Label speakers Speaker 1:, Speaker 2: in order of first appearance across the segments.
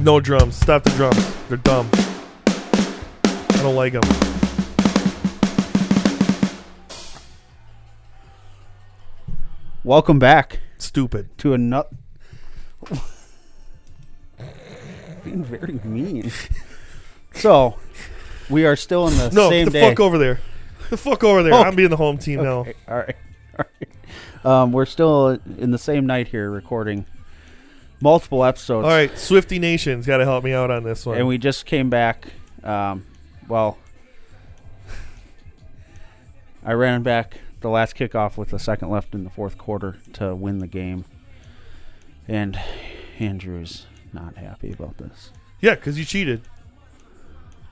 Speaker 1: No drums. Stop the drums. They're dumb. I don't like them.
Speaker 2: Welcome back
Speaker 1: Stupid.
Speaker 2: to another. Being very mean. so, we are still in the
Speaker 1: No,
Speaker 2: same
Speaker 1: the
Speaker 2: day. Oh.
Speaker 1: fuck over there. The fuck over there. I'm being the home team now.
Speaker 2: Okay, all right. All right. Um, we're still in the same night here recording multiple episodes.
Speaker 1: All right, Swifty Nation's got to help me out on this one.
Speaker 2: And we just came back. Um, well, I ran back the last kickoff with a second left in the fourth quarter to win the game. And Andrew's not happy about this.
Speaker 1: yeah, because you cheated.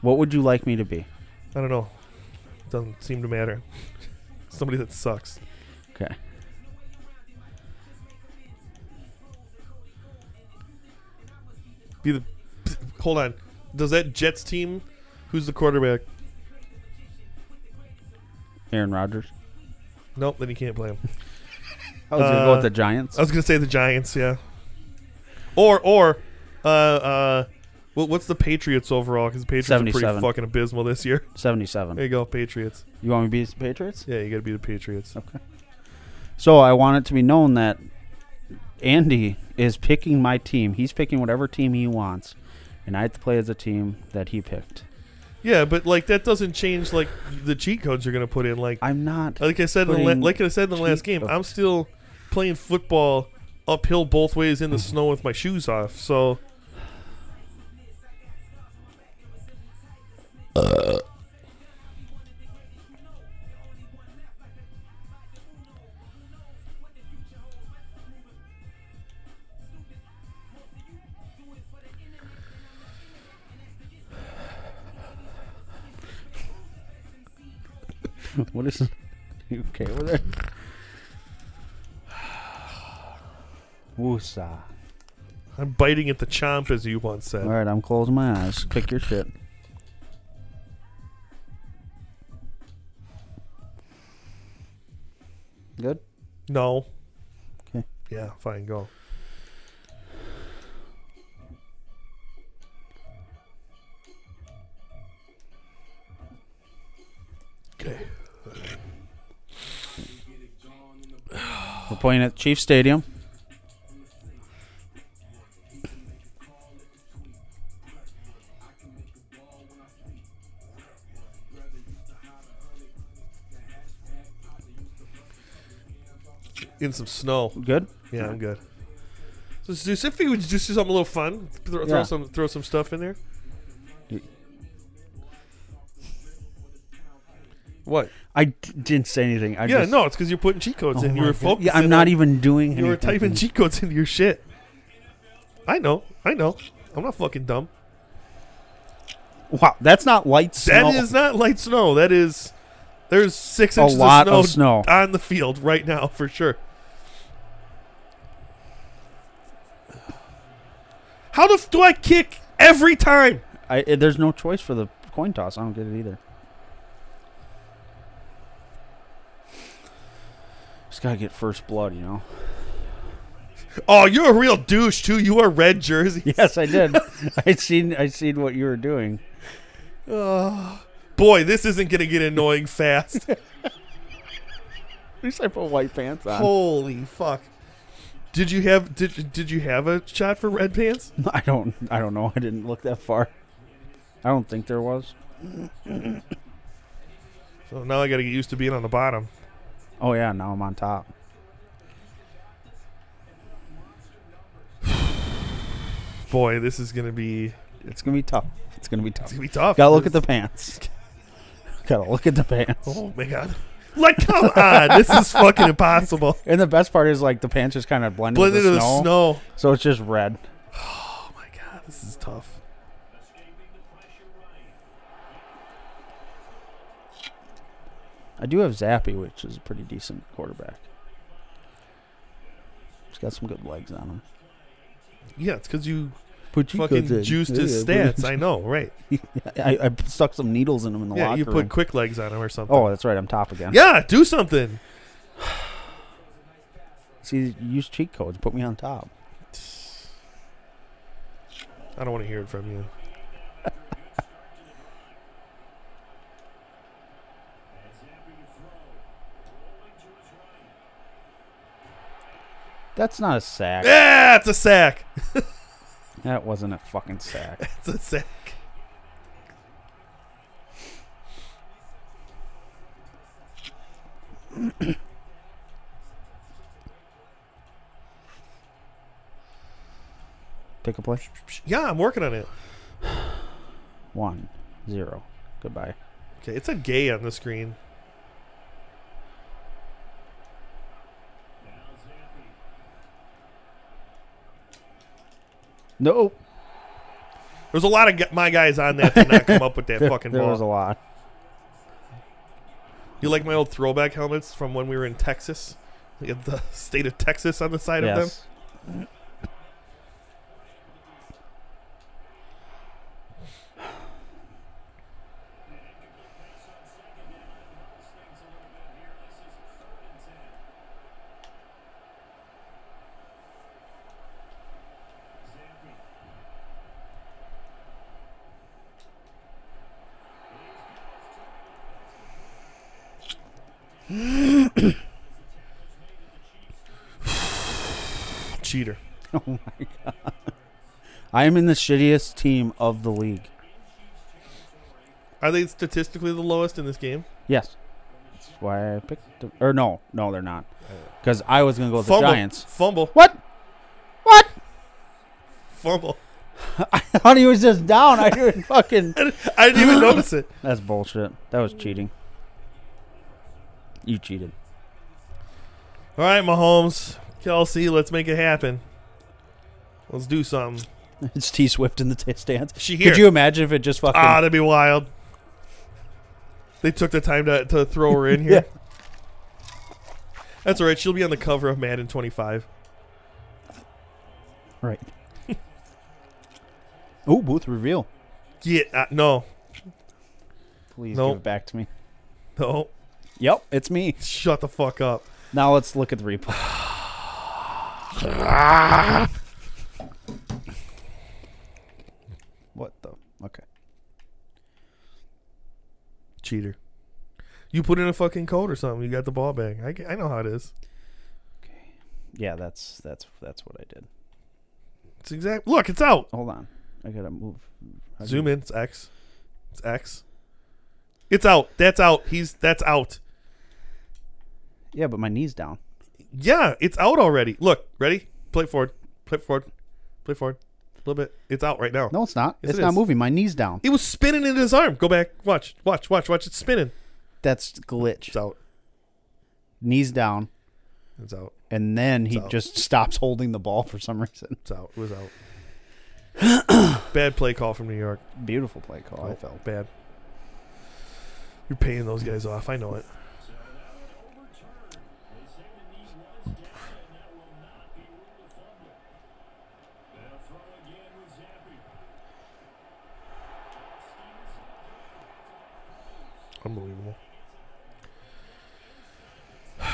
Speaker 2: What would you like me to be?
Speaker 1: I don't know. Doesn't seem to matter. Somebody that sucks.
Speaker 2: Okay.
Speaker 1: Be the. Hold on. Does that Jets team? Who's the quarterback?
Speaker 2: Aaron Rodgers.
Speaker 1: Nope. Then you can't play him.
Speaker 2: I was going to go
Speaker 1: Uh,
Speaker 2: with the Giants.
Speaker 1: I was gonna say the Giants. Yeah. Or or, uh uh, what, what's the Patriots overall? Because the Patriots are
Speaker 2: 77.
Speaker 1: pretty fucking abysmal this year.
Speaker 2: 77.
Speaker 1: There you go, Patriots.
Speaker 2: You want me to be the Patriots?
Speaker 1: Yeah, you got to be the Patriots.
Speaker 2: So I want it to be known that Andy is picking my team. He's picking whatever team he wants, and I have to play as a team that he picked.
Speaker 1: Yeah, but like that doesn't change like the cheat codes you're gonna put in. Like
Speaker 2: I'm not.
Speaker 1: like I said in the la-
Speaker 2: Putting
Speaker 1: like I said in the last
Speaker 2: cheat
Speaker 1: game, I'm
Speaker 2: codes.
Speaker 1: still playing football uphill both ways in the snow with my shoes off. So
Speaker 2: What is? You okay over there? Woosa.
Speaker 1: I'm biting at the chomp, as you once said.
Speaker 2: All right, I'm closing my eyes. Pick your shit. Good.
Speaker 1: No.
Speaker 2: 'Kay.
Speaker 1: Yeah, fine, go. Okay.
Speaker 2: We're playing at Chief Stadium.
Speaker 1: In some snow.
Speaker 2: Good.
Speaker 1: Yeah, I'm good. So, so see if we would just do something a little fun, throw, throw
Speaker 2: Yeah.
Speaker 1: some throw some stuff in there.
Speaker 2: Y-
Speaker 1: What?
Speaker 2: I d- didn't say anything. I
Speaker 1: yeah,
Speaker 2: just,
Speaker 1: no, it's because you're putting cheat codes
Speaker 2: Oh
Speaker 1: in. You
Speaker 2: my
Speaker 1: were
Speaker 2: God.
Speaker 1: focused.
Speaker 2: Yeah, I'm not even doing.
Speaker 1: You were
Speaker 2: anything.
Speaker 1: typing cheat codes into your shit. I know. I know. I'm not fucking dumb.
Speaker 2: Wow, that's not light snow.
Speaker 1: That is not light snow. That is there's six
Speaker 2: A
Speaker 1: inches
Speaker 2: lot
Speaker 1: of,
Speaker 2: of
Speaker 1: snow
Speaker 2: snow.
Speaker 1: on the field right now for sure. How the f- do I kick every time?
Speaker 2: I, uh, there's no choice for the coin toss. I don't get it either. Just gotta get first blood, you know.
Speaker 1: Oh, you're a real douche too. You are red jersey.
Speaker 2: Yes, I did. I seen. I seen what you were doing.
Speaker 1: Oh, boy, this isn't gonna get annoying fast.
Speaker 2: At least I put white pants on.
Speaker 1: Holy fuck! Did you have did did you have a shot for red pants?
Speaker 2: I don't. I don't know. I didn't look that far. I don't think there was.
Speaker 1: So now I got to get used to being on the bottom.
Speaker 2: Oh yeah, now I'm on top.
Speaker 1: Boy, this is gonna be
Speaker 2: It's gonna be tough. It's gonna be
Speaker 1: it's
Speaker 2: tough.
Speaker 1: gonna be tough.
Speaker 2: Gotta look at
Speaker 1: This-
Speaker 2: the pants. Gotta look at the pants.
Speaker 1: Oh my god! Like, come on, this is fucking impossible.
Speaker 2: And the best part is like the pants just kind of blend,
Speaker 1: Blend
Speaker 2: into
Speaker 1: into
Speaker 2: the,
Speaker 1: the
Speaker 2: snow,
Speaker 1: snow.
Speaker 2: so it's just red.
Speaker 1: Oh my god, this is tough.
Speaker 2: I do have Zappy, which is a pretty decent quarterback. He's got some good legs on him.
Speaker 1: Yeah, it's because you
Speaker 2: Put
Speaker 1: fucking juiced his stats. I know, right?
Speaker 2: I, I stuck some needles in him in the
Speaker 1: Yeah,
Speaker 2: locker
Speaker 1: you put
Speaker 2: room.
Speaker 1: quick legs on him or something.
Speaker 2: oh, that's right. I'm top again.
Speaker 1: yeah, do something.
Speaker 2: See, use cheat codes. Put me on top.
Speaker 1: I don't want to hear it from you.
Speaker 2: That's not a sack.
Speaker 1: Yeah, it's a sack.
Speaker 2: That wasn't a fucking sack.
Speaker 1: It's a sack.
Speaker 2: Pick a play.
Speaker 1: Yeah, I'm working on it.
Speaker 2: One, zero. Goodbye.
Speaker 1: Okay, it said gay on the screen.
Speaker 2: No. oh,
Speaker 1: There's a lot of gu- my guys on that did not come up with that
Speaker 2: There,
Speaker 1: fucking
Speaker 2: there
Speaker 1: ball.
Speaker 2: was a lot.
Speaker 1: You like my old throwback helmets from when we were in Texas? We had the state of Texas on the side of them.
Speaker 2: Yes.
Speaker 1: Cheater.
Speaker 2: I am in the shittiest team of the league.
Speaker 1: Are they statistically the lowest in this game?
Speaker 2: Yes. That's why I picked. The, or no, no, they're not. Because I was gonna go with
Speaker 1: fumble.
Speaker 2: the Giants.
Speaker 1: Fumble.
Speaker 2: What? What?
Speaker 1: Fumble.
Speaker 2: I thought he was just down. I didn't fucking.
Speaker 1: I didn't even notice it.
Speaker 2: That's bullshit. That was cheating. You cheated.
Speaker 1: All right, Mahomes, Kelsey, let's make it happen. Let's do something.
Speaker 2: It's T Swift in the t- stands.
Speaker 1: She here.
Speaker 2: Could you imagine if it just fucking?
Speaker 1: ah, that'd be wild. They took the time to, to throw her in here. That's all right. She'll be on the cover of Madden 25.
Speaker 2: Right. oh, booth reveal.
Speaker 1: Yeah, uh, no,
Speaker 2: Please
Speaker 1: Nope.
Speaker 2: give it back to me.
Speaker 1: no.
Speaker 2: Yep, it's me.
Speaker 1: Shut the fuck up.
Speaker 2: Now let's look at the replay. what the? Okay.
Speaker 1: Cheater. You put in a fucking code or something. You got the ball back. I, g- I know how it is.
Speaker 2: Yeah, that's that's that's what I did.
Speaker 1: It's exact. Look, it's out.
Speaker 2: Hold on, I gotta move. I
Speaker 1: Zoom in. It's X. It's X. It's out. That's out. He's that's out.
Speaker 2: Yeah, but my knee's down.
Speaker 1: Yeah, it's out already. Look, ready? Play forward. Play forward. Play forward. A little bit. It's out right now.
Speaker 2: No, it's not.
Speaker 1: Yes,
Speaker 2: it's
Speaker 1: it
Speaker 2: not
Speaker 1: is.
Speaker 2: moving. My knee's down.
Speaker 1: It was spinning in his arm. Go back. Watch. Watch. Watch. Watch. It's spinning.
Speaker 2: That's
Speaker 1: It's
Speaker 2: glitch.
Speaker 1: out.
Speaker 2: Knees down,
Speaker 1: It's out.
Speaker 2: and then he
Speaker 1: So-
Speaker 2: just stops holding the ball for some reason.
Speaker 1: It's out. It was out. Bad play call from New York.
Speaker 2: Beautiful play call. I
Speaker 1: Oh,
Speaker 2: felt.
Speaker 1: bad. You're paying those guys off. I know it. Unbelievable.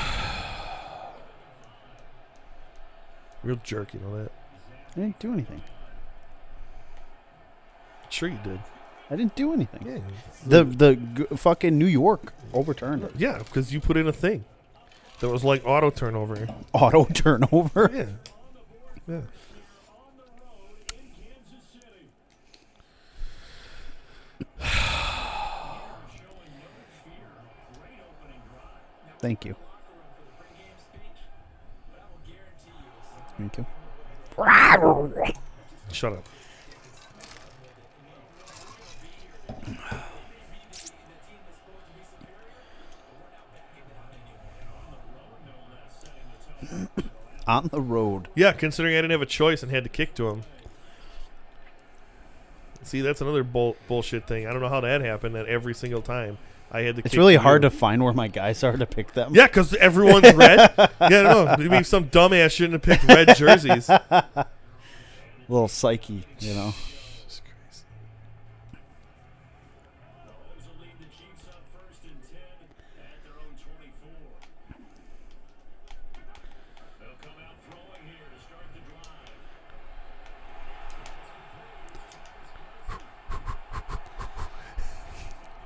Speaker 1: Real jerk, you know that.
Speaker 2: I didn't do anything.
Speaker 1: Sure, you did.
Speaker 2: I didn't do anything.
Speaker 1: Yeah,
Speaker 2: The the g- fucking New York overturned it.
Speaker 1: yeah, because you put in a thing that was like auto turnover.
Speaker 2: Auto turnover.
Speaker 1: Yeah. Yeah.
Speaker 2: Thank you. Thank you.
Speaker 1: Shut up.
Speaker 2: On the road.
Speaker 1: Yeah, considering I didn't have a choice and had to kick to him. See, that's another bull- bullshit thing. I don't know how that happened. That every single time I had to.
Speaker 2: It's
Speaker 1: kick
Speaker 2: really
Speaker 1: you.
Speaker 2: hard to find where my guys are to pick them.
Speaker 1: Yeah, because everyone's red. yeah, I don't know. Maybe some dumbass shouldn't have picked red jerseys.
Speaker 2: Little psyche, you know.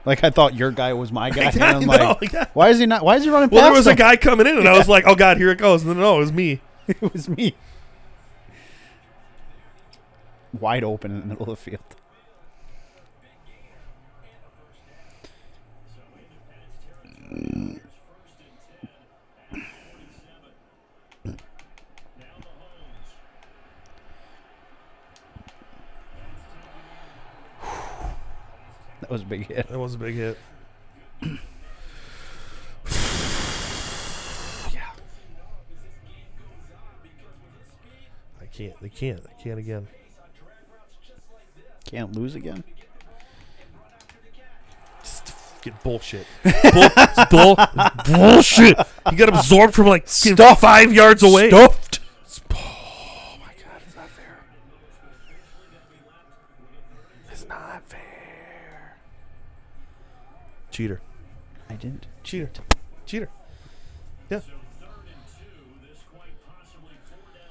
Speaker 2: Like I thought your guy was my guy. and
Speaker 1: I
Speaker 2: I'm like,
Speaker 1: know, yeah.
Speaker 2: why is he not? Why is he running?
Speaker 1: Well, there
Speaker 2: past
Speaker 1: was a
Speaker 2: him?
Speaker 1: guy coming in, and I was like, "Oh God, here it goes!" And then no, it was me.
Speaker 2: it was me. Wide open in the middle of the field. That was a big hit.
Speaker 1: That was a big hit. yeah. I can't. They can't. I can't again.
Speaker 2: Can't lose again.
Speaker 1: Just Get bullshit. Bull, it's bull, it's bullshit. You got absorbed from like fucking
Speaker 2: Stuff.
Speaker 1: five yards away.
Speaker 2: Stuffed.
Speaker 1: Oh my god, it's not fair. It's not fair. Cheater.
Speaker 2: I didn't.
Speaker 1: Cheater. Cheater. Yeah.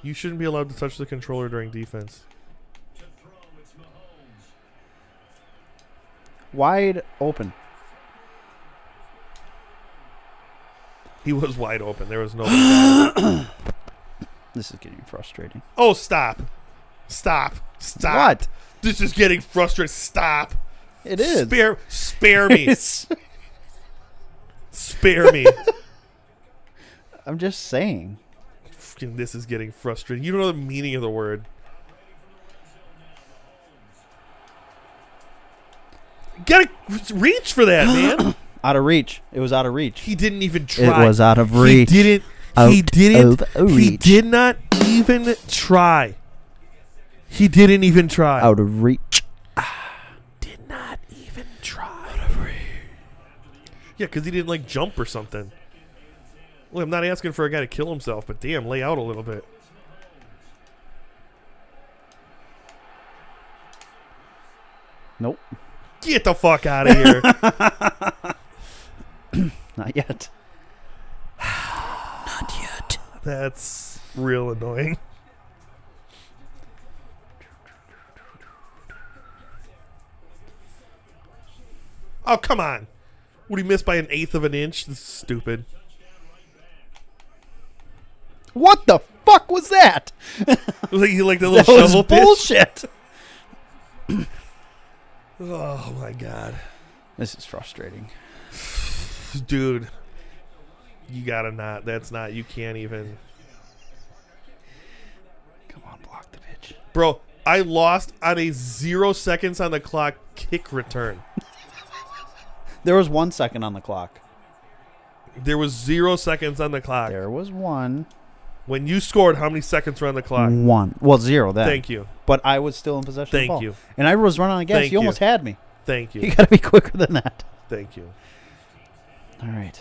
Speaker 1: You shouldn't be allowed to touch the controller during defense.
Speaker 2: Wide open.
Speaker 1: He was wide open. There was no.
Speaker 2: This is getting frustrating.
Speaker 1: oh, stop. Stop. Stop.
Speaker 2: What?
Speaker 1: This is getting frustrating. Stop.
Speaker 2: It is.
Speaker 1: Spare, spare me.
Speaker 2: It's-
Speaker 1: spare me.
Speaker 2: I'm just saying.
Speaker 1: Fucking, this is getting frustrating. You don't know the meaning of the word. Gotta reach for that, man.
Speaker 2: Out of reach. It was out of reach.
Speaker 1: he didn't even try.
Speaker 2: It was out of
Speaker 1: He
Speaker 2: reach.
Speaker 1: didn't. he
Speaker 2: Out
Speaker 1: didn't.
Speaker 2: of
Speaker 1: He
Speaker 2: reach.
Speaker 1: did not even try. He didn't even try.
Speaker 2: Out of reach.
Speaker 1: Did not even try. Out of reach. Yeah, because he didn't like jump or something. Well, I'm not asking for a guy to kill himself, but damn, lay out a little bit.
Speaker 2: Nope.
Speaker 1: Get the fuck out of here.
Speaker 2: Not yet.
Speaker 1: That's real annoying. Oh, come on. Would he miss by an eighth of an inch? This is stupid.
Speaker 2: What the fuck was that?
Speaker 1: It was Like, he like the
Speaker 2: That
Speaker 1: little
Speaker 2: was
Speaker 1: shovel pitch.
Speaker 2: bullshit.
Speaker 1: Oh my god.
Speaker 2: This is frustrating.
Speaker 1: Dude. You gotta not. That's not. You can't even.
Speaker 2: Come on, block the pitch.
Speaker 1: Bro, I lost on a zero seconds on the clock kick return.
Speaker 2: There was one second on the clock.
Speaker 1: There was zero seconds on the clock.
Speaker 2: There was one.
Speaker 1: When you scored, how many seconds were on the clock?
Speaker 2: One. Well, zero then.
Speaker 1: Thank you.
Speaker 2: But I was still in possession
Speaker 1: Thank
Speaker 2: of the ball.
Speaker 1: you.
Speaker 2: And I was running on gas.
Speaker 1: Thank
Speaker 2: you almost
Speaker 1: you.
Speaker 2: had me.
Speaker 1: Thank
Speaker 2: You
Speaker 1: you.
Speaker 2: got to be quicker than that.
Speaker 1: Thank you.
Speaker 2: All right.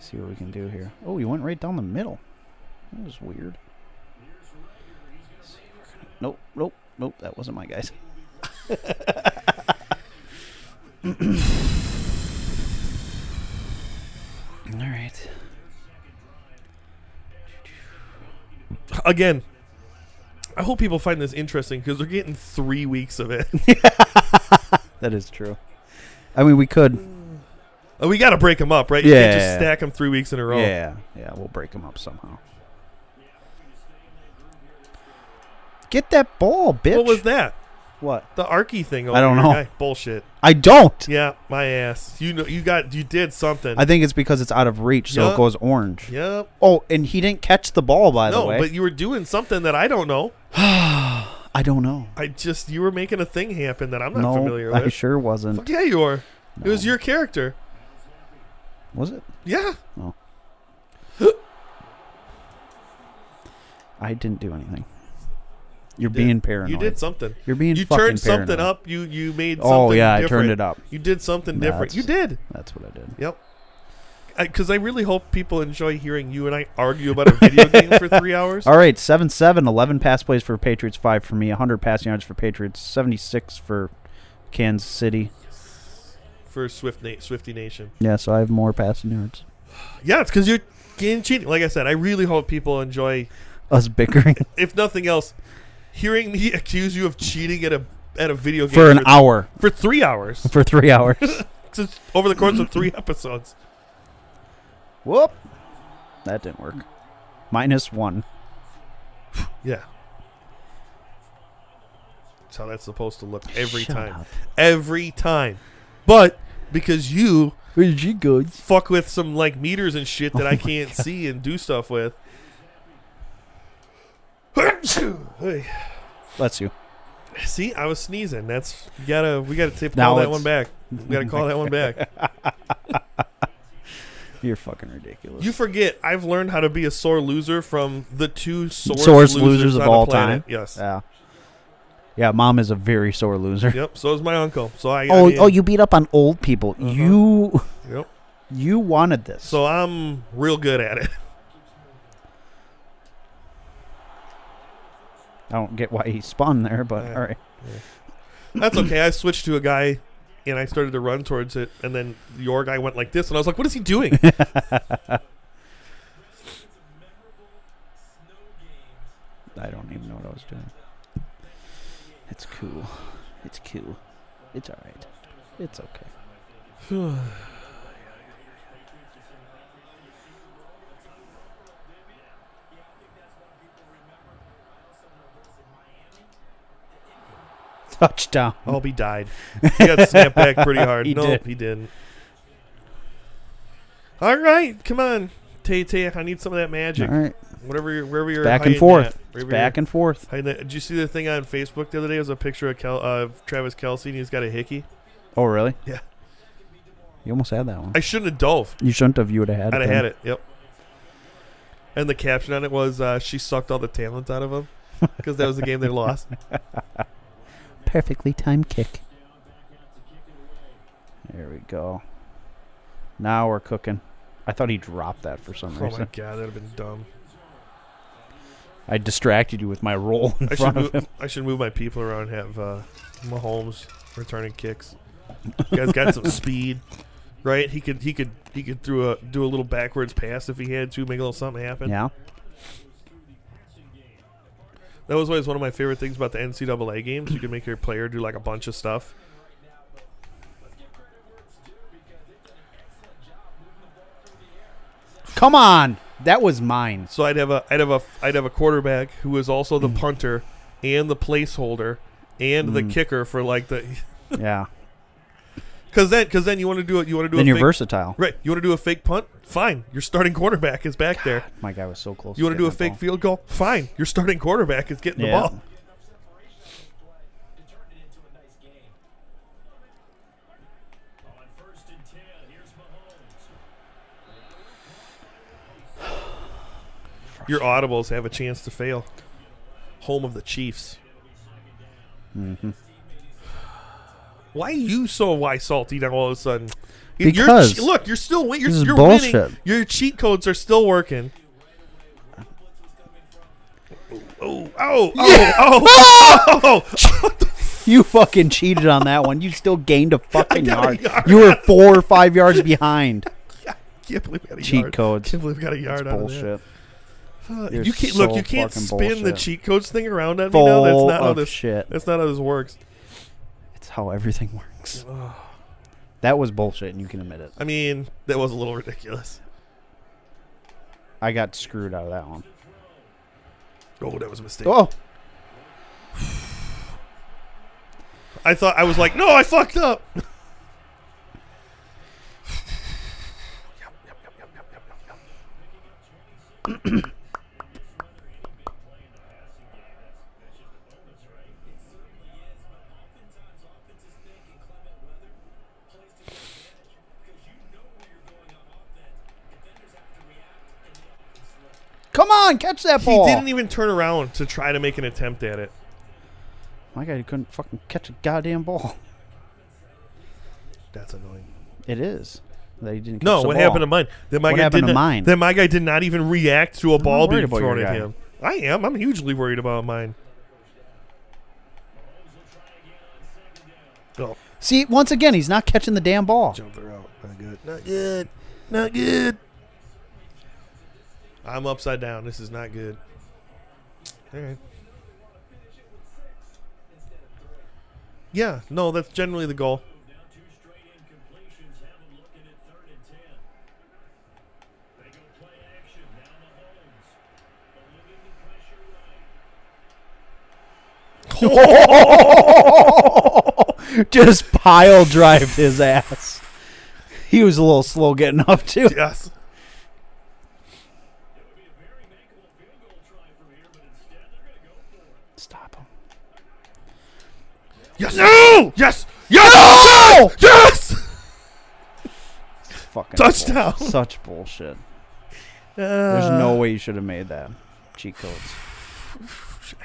Speaker 2: See what we can do here. Oh, he went right down the middle. That was weird. See, we're gonna- Nope, nope, nope. That wasn't my guys. All right.
Speaker 1: Again, I hope people find this interesting because they're getting three weeks of it.
Speaker 2: That is true. I mean, we could.
Speaker 1: Uh, we got to break them up, right? You can't just
Speaker 2: Yeah.
Speaker 1: stack them three weeks in a row.
Speaker 2: Yeah, yeah. We'll break them up somehow. Get that ball, bitch.
Speaker 1: What was that?
Speaker 2: What?
Speaker 1: The Arky thing. Over
Speaker 2: don't
Speaker 1: your
Speaker 2: know.
Speaker 1: guy. Bullshit.
Speaker 2: I don't.
Speaker 1: Yeah, my ass. You know, you got, you did something.
Speaker 2: I think it's because it's out of reach, so
Speaker 1: Yeah.
Speaker 2: it goes orange.
Speaker 1: yep.
Speaker 2: Oh, and he didn't catch the ball, by the
Speaker 1: No,
Speaker 2: way.
Speaker 1: but you were doing something that I don't know.
Speaker 2: I don't know.
Speaker 1: I just, you were making a thing happen that I'm not
Speaker 2: no,
Speaker 1: familiar
Speaker 2: I
Speaker 1: with.
Speaker 2: sure wasn't.
Speaker 1: Fuck yeah, you are. It was
Speaker 2: No.
Speaker 1: your character.
Speaker 2: Was it?
Speaker 1: Yeah.
Speaker 2: I didn't do anything. You're
Speaker 1: did.
Speaker 2: being paranoid.
Speaker 1: You did something.
Speaker 2: You're being.
Speaker 1: you
Speaker 2: fucking
Speaker 1: turned something
Speaker 2: paranoid.
Speaker 1: up. You you made something
Speaker 2: Oh yeah, I
Speaker 1: different.
Speaker 2: turned it up.
Speaker 1: You did something
Speaker 2: Nah,
Speaker 1: different. You did.
Speaker 2: That's what I did.
Speaker 1: Yep. Because I, really hope people enjoy hearing you and I argue about a video game for three hours.
Speaker 2: All right, 7 7, 11 pass plays for Patriots, 5 for me, 100 passing yards for Patriots, 76 for Kansas City.
Speaker 1: For Swift Na- Swifty Nation.
Speaker 2: Yeah, so I have more passing yards.
Speaker 1: Yeah, it's because you're getting cheating. Like I said, I really hope people enjoy,
Speaker 2: Us bickering.
Speaker 1: if nothing else, hearing me accuse you of cheating at a at a video game
Speaker 2: for an hour
Speaker 1: for three hours
Speaker 2: for three hours.
Speaker 1: It's over the course of three episodes.
Speaker 2: Whoop, that didn't work. Minus one.
Speaker 1: Yeah. That's how that's supposed to look every
Speaker 2: Shut
Speaker 1: time.
Speaker 2: up.
Speaker 1: Every time. But because you
Speaker 2: Where's you good?
Speaker 1: fuck with some like meters and shit that
Speaker 2: Oh
Speaker 1: I
Speaker 2: my
Speaker 1: can't see and do stuff with. Hey.
Speaker 2: Bless you.
Speaker 1: See, I was sneezing. That's you gotta we gotta tip
Speaker 2: Now
Speaker 1: call that
Speaker 2: it's-
Speaker 1: one back. We gotta call that one back.
Speaker 2: You're fucking ridiculous.
Speaker 1: You forget I've learned how to be a sore loser from the two sore
Speaker 2: Sorest
Speaker 1: losers,
Speaker 2: losers of
Speaker 1: on the
Speaker 2: all
Speaker 1: planet. Yes.
Speaker 2: yeah. Yeah, mom is a very sore loser.
Speaker 1: Yep. So is my uncle. So I. I
Speaker 2: Oh,
Speaker 1: mean,
Speaker 2: oh, you beat up on old people.
Speaker 1: Uh-huh.
Speaker 2: You,
Speaker 1: Yep.
Speaker 2: you wanted this.
Speaker 1: So I'm real good at it.
Speaker 2: I don't get why he spun there, but
Speaker 1: Yeah.
Speaker 2: all right.
Speaker 1: That's okay. I switched to a guy, and I started to run towards it, and then your guy went like this, and I was like, "What is he doing?"
Speaker 2: I don't even know what I was doing. It's cool. It's cool. It's all right. It's okay.
Speaker 1: Oh,
Speaker 2: Touchdown.
Speaker 1: oh, he died. He got snapped back pretty hard.
Speaker 2: He
Speaker 1: nope,
Speaker 2: did.
Speaker 1: he didn't. All right, come on, Tay Tay. I need some of that magic.
Speaker 2: All right.
Speaker 1: Whatever, you're, wherever you're
Speaker 2: Back and
Speaker 1: hiding
Speaker 2: forth.
Speaker 1: at,
Speaker 2: It's
Speaker 1: wherever
Speaker 2: back and forth.
Speaker 1: you're hiding that- Did you see the thing on Facebook the other day? It was a picture of, Kel- of Travis Kelsey, and he's got a hickey.
Speaker 2: Oh, really?
Speaker 1: Yeah.
Speaker 2: You almost had that one.
Speaker 1: I shouldn't have dove.
Speaker 2: you shouldn't have. You would have had it.
Speaker 1: I'd have
Speaker 2: then.
Speaker 1: had it. Yep. And the caption on it was, uh, "She sucked all the talent out of him," because that was the game they lost.
Speaker 2: Perfectly timed kick. There we go. Now we're cooking. I thought he dropped that for some
Speaker 1: Oh my
Speaker 2: reason.
Speaker 1: god, that'd have been dumb.
Speaker 2: I distracted you with my roll in
Speaker 1: I should
Speaker 2: front of him.
Speaker 1: move, I should move my people around. and Have uh, Mahomes returning kicks. Guy's got some speed, right? He could he could he could throw a do a little backwards pass if he had to, make a little something happen.
Speaker 2: Yeah.
Speaker 1: That was always one of my favorite things about the NCAA games. You could make your player do like a bunch of stuff.
Speaker 2: Come on. That was mine.
Speaker 1: So I'd have a I'd have a I'd have a quarterback who was also the punter and the placeholder and the
Speaker 2: Mm.
Speaker 1: kicker for like the
Speaker 2: Yeah.
Speaker 1: because then because then you want to do it you want to do
Speaker 2: then
Speaker 1: a
Speaker 2: you're
Speaker 1: fake,
Speaker 2: versatile.
Speaker 1: right you want to do a fake punt fine your starting quarterback is back there
Speaker 2: My guy was so close.
Speaker 1: you want to do a
Speaker 2: getting
Speaker 1: fake
Speaker 2: that ball.
Speaker 1: field goal fine your starting quarterback is getting
Speaker 2: Yeah.
Speaker 1: the ball your audibles have a chance to fail home of the Chiefs
Speaker 2: Mm-hmm.
Speaker 1: why you so why salty now all of a sudden You're- you're
Speaker 2: Because
Speaker 1: che- look you're still win- you're,
Speaker 2: this is
Speaker 1: you're
Speaker 2: bullshit.
Speaker 1: winning your cheat codes are still working. Oh, oh, oh, oh, oh, oh,
Speaker 2: You fucking cheated on that one. You still gained a fucking
Speaker 1: got a
Speaker 2: yard.
Speaker 1: yard.
Speaker 2: You were four or five yards behind.
Speaker 1: can't believe we got a
Speaker 2: Cheat
Speaker 1: yard.
Speaker 2: codes.
Speaker 1: Can't believe we got a
Speaker 2: That's
Speaker 1: yard out
Speaker 2: bullshit.
Speaker 1: of that.
Speaker 2: You're
Speaker 1: you can't
Speaker 2: so
Speaker 1: look. You can't
Speaker 2: fucking
Speaker 1: spin the
Speaker 2: bullshit.
Speaker 1: cheat codes thing around at me now. That's
Speaker 2: Full
Speaker 1: not how
Speaker 2: of
Speaker 1: this.
Speaker 2: shit.
Speaker 1: That's not how this works.
Speaker 2: It's how everything works. That was bullshit, and you can admit it.
Speaker 1: I mean, that was a little ridiculous.
Speaker 2: I got screwed out of that one.
Speaker 1: Oh, that was a mistake.
Speaker 2: Oh,
Speaker 1: I thought I was like, no, I fucked up. Yep, yep, yep, yep, yep, yep, yep.
Speaker 2: come on, catch that
Speaker 1: He
Speaker 2: ball.
Speaker 1: didn't e- even turn around to try to make an attempt at it.
Speaker 2: My guy couldn't fucking catch a goddamn ball.
Speaker 1: That's annoying.
Speaker 2: It is. That he didn't
Speaker 1: No,
Speaker 2: catch the
Speaker 1: what
Speaker 2: ball.
Speaker 1: happened to mine? Then my
Speaker 2: What
Speaker 1: guy
Speaker 2: happened
Speaker 1: did
Speaker 2: to
Speaker 1: not,
Speaker 2: mine?
Speaker 1: Then my guy did not even react to a ball
Speaker 2: worried
Speaker 1: being
Speaker 2: about
Speaker 1: thrown
Speaker 2: your
Speaker 1: at
Speaker 2: guy.
Speaker 1: him. I am. I'm hugely worried about mine. Oh,
Speaker 2: See, once again, he's not catching the damn ball.
Speaker 1: jump her out. Not good. Not good. Not good. I'm upside down. This is not good. All right. Yeah, no, that's generally the goal.
Speaker 2: Just pile drive his ass. He was a little slow getting up too.
Speaker 1: Yes.
Speaker 2: Stop him.
Speaker 1: Yes. No! Yes! Yes!
Speaker 2: No!
Speaker 1: Yes!
Speaker 2: Fucking
Speaker 1: Touchdown!
Speaker 2: bull- Such bullshit. There's
Speaker 1: Uh,
Speaker 2: no way you should have made that. Cheat codes.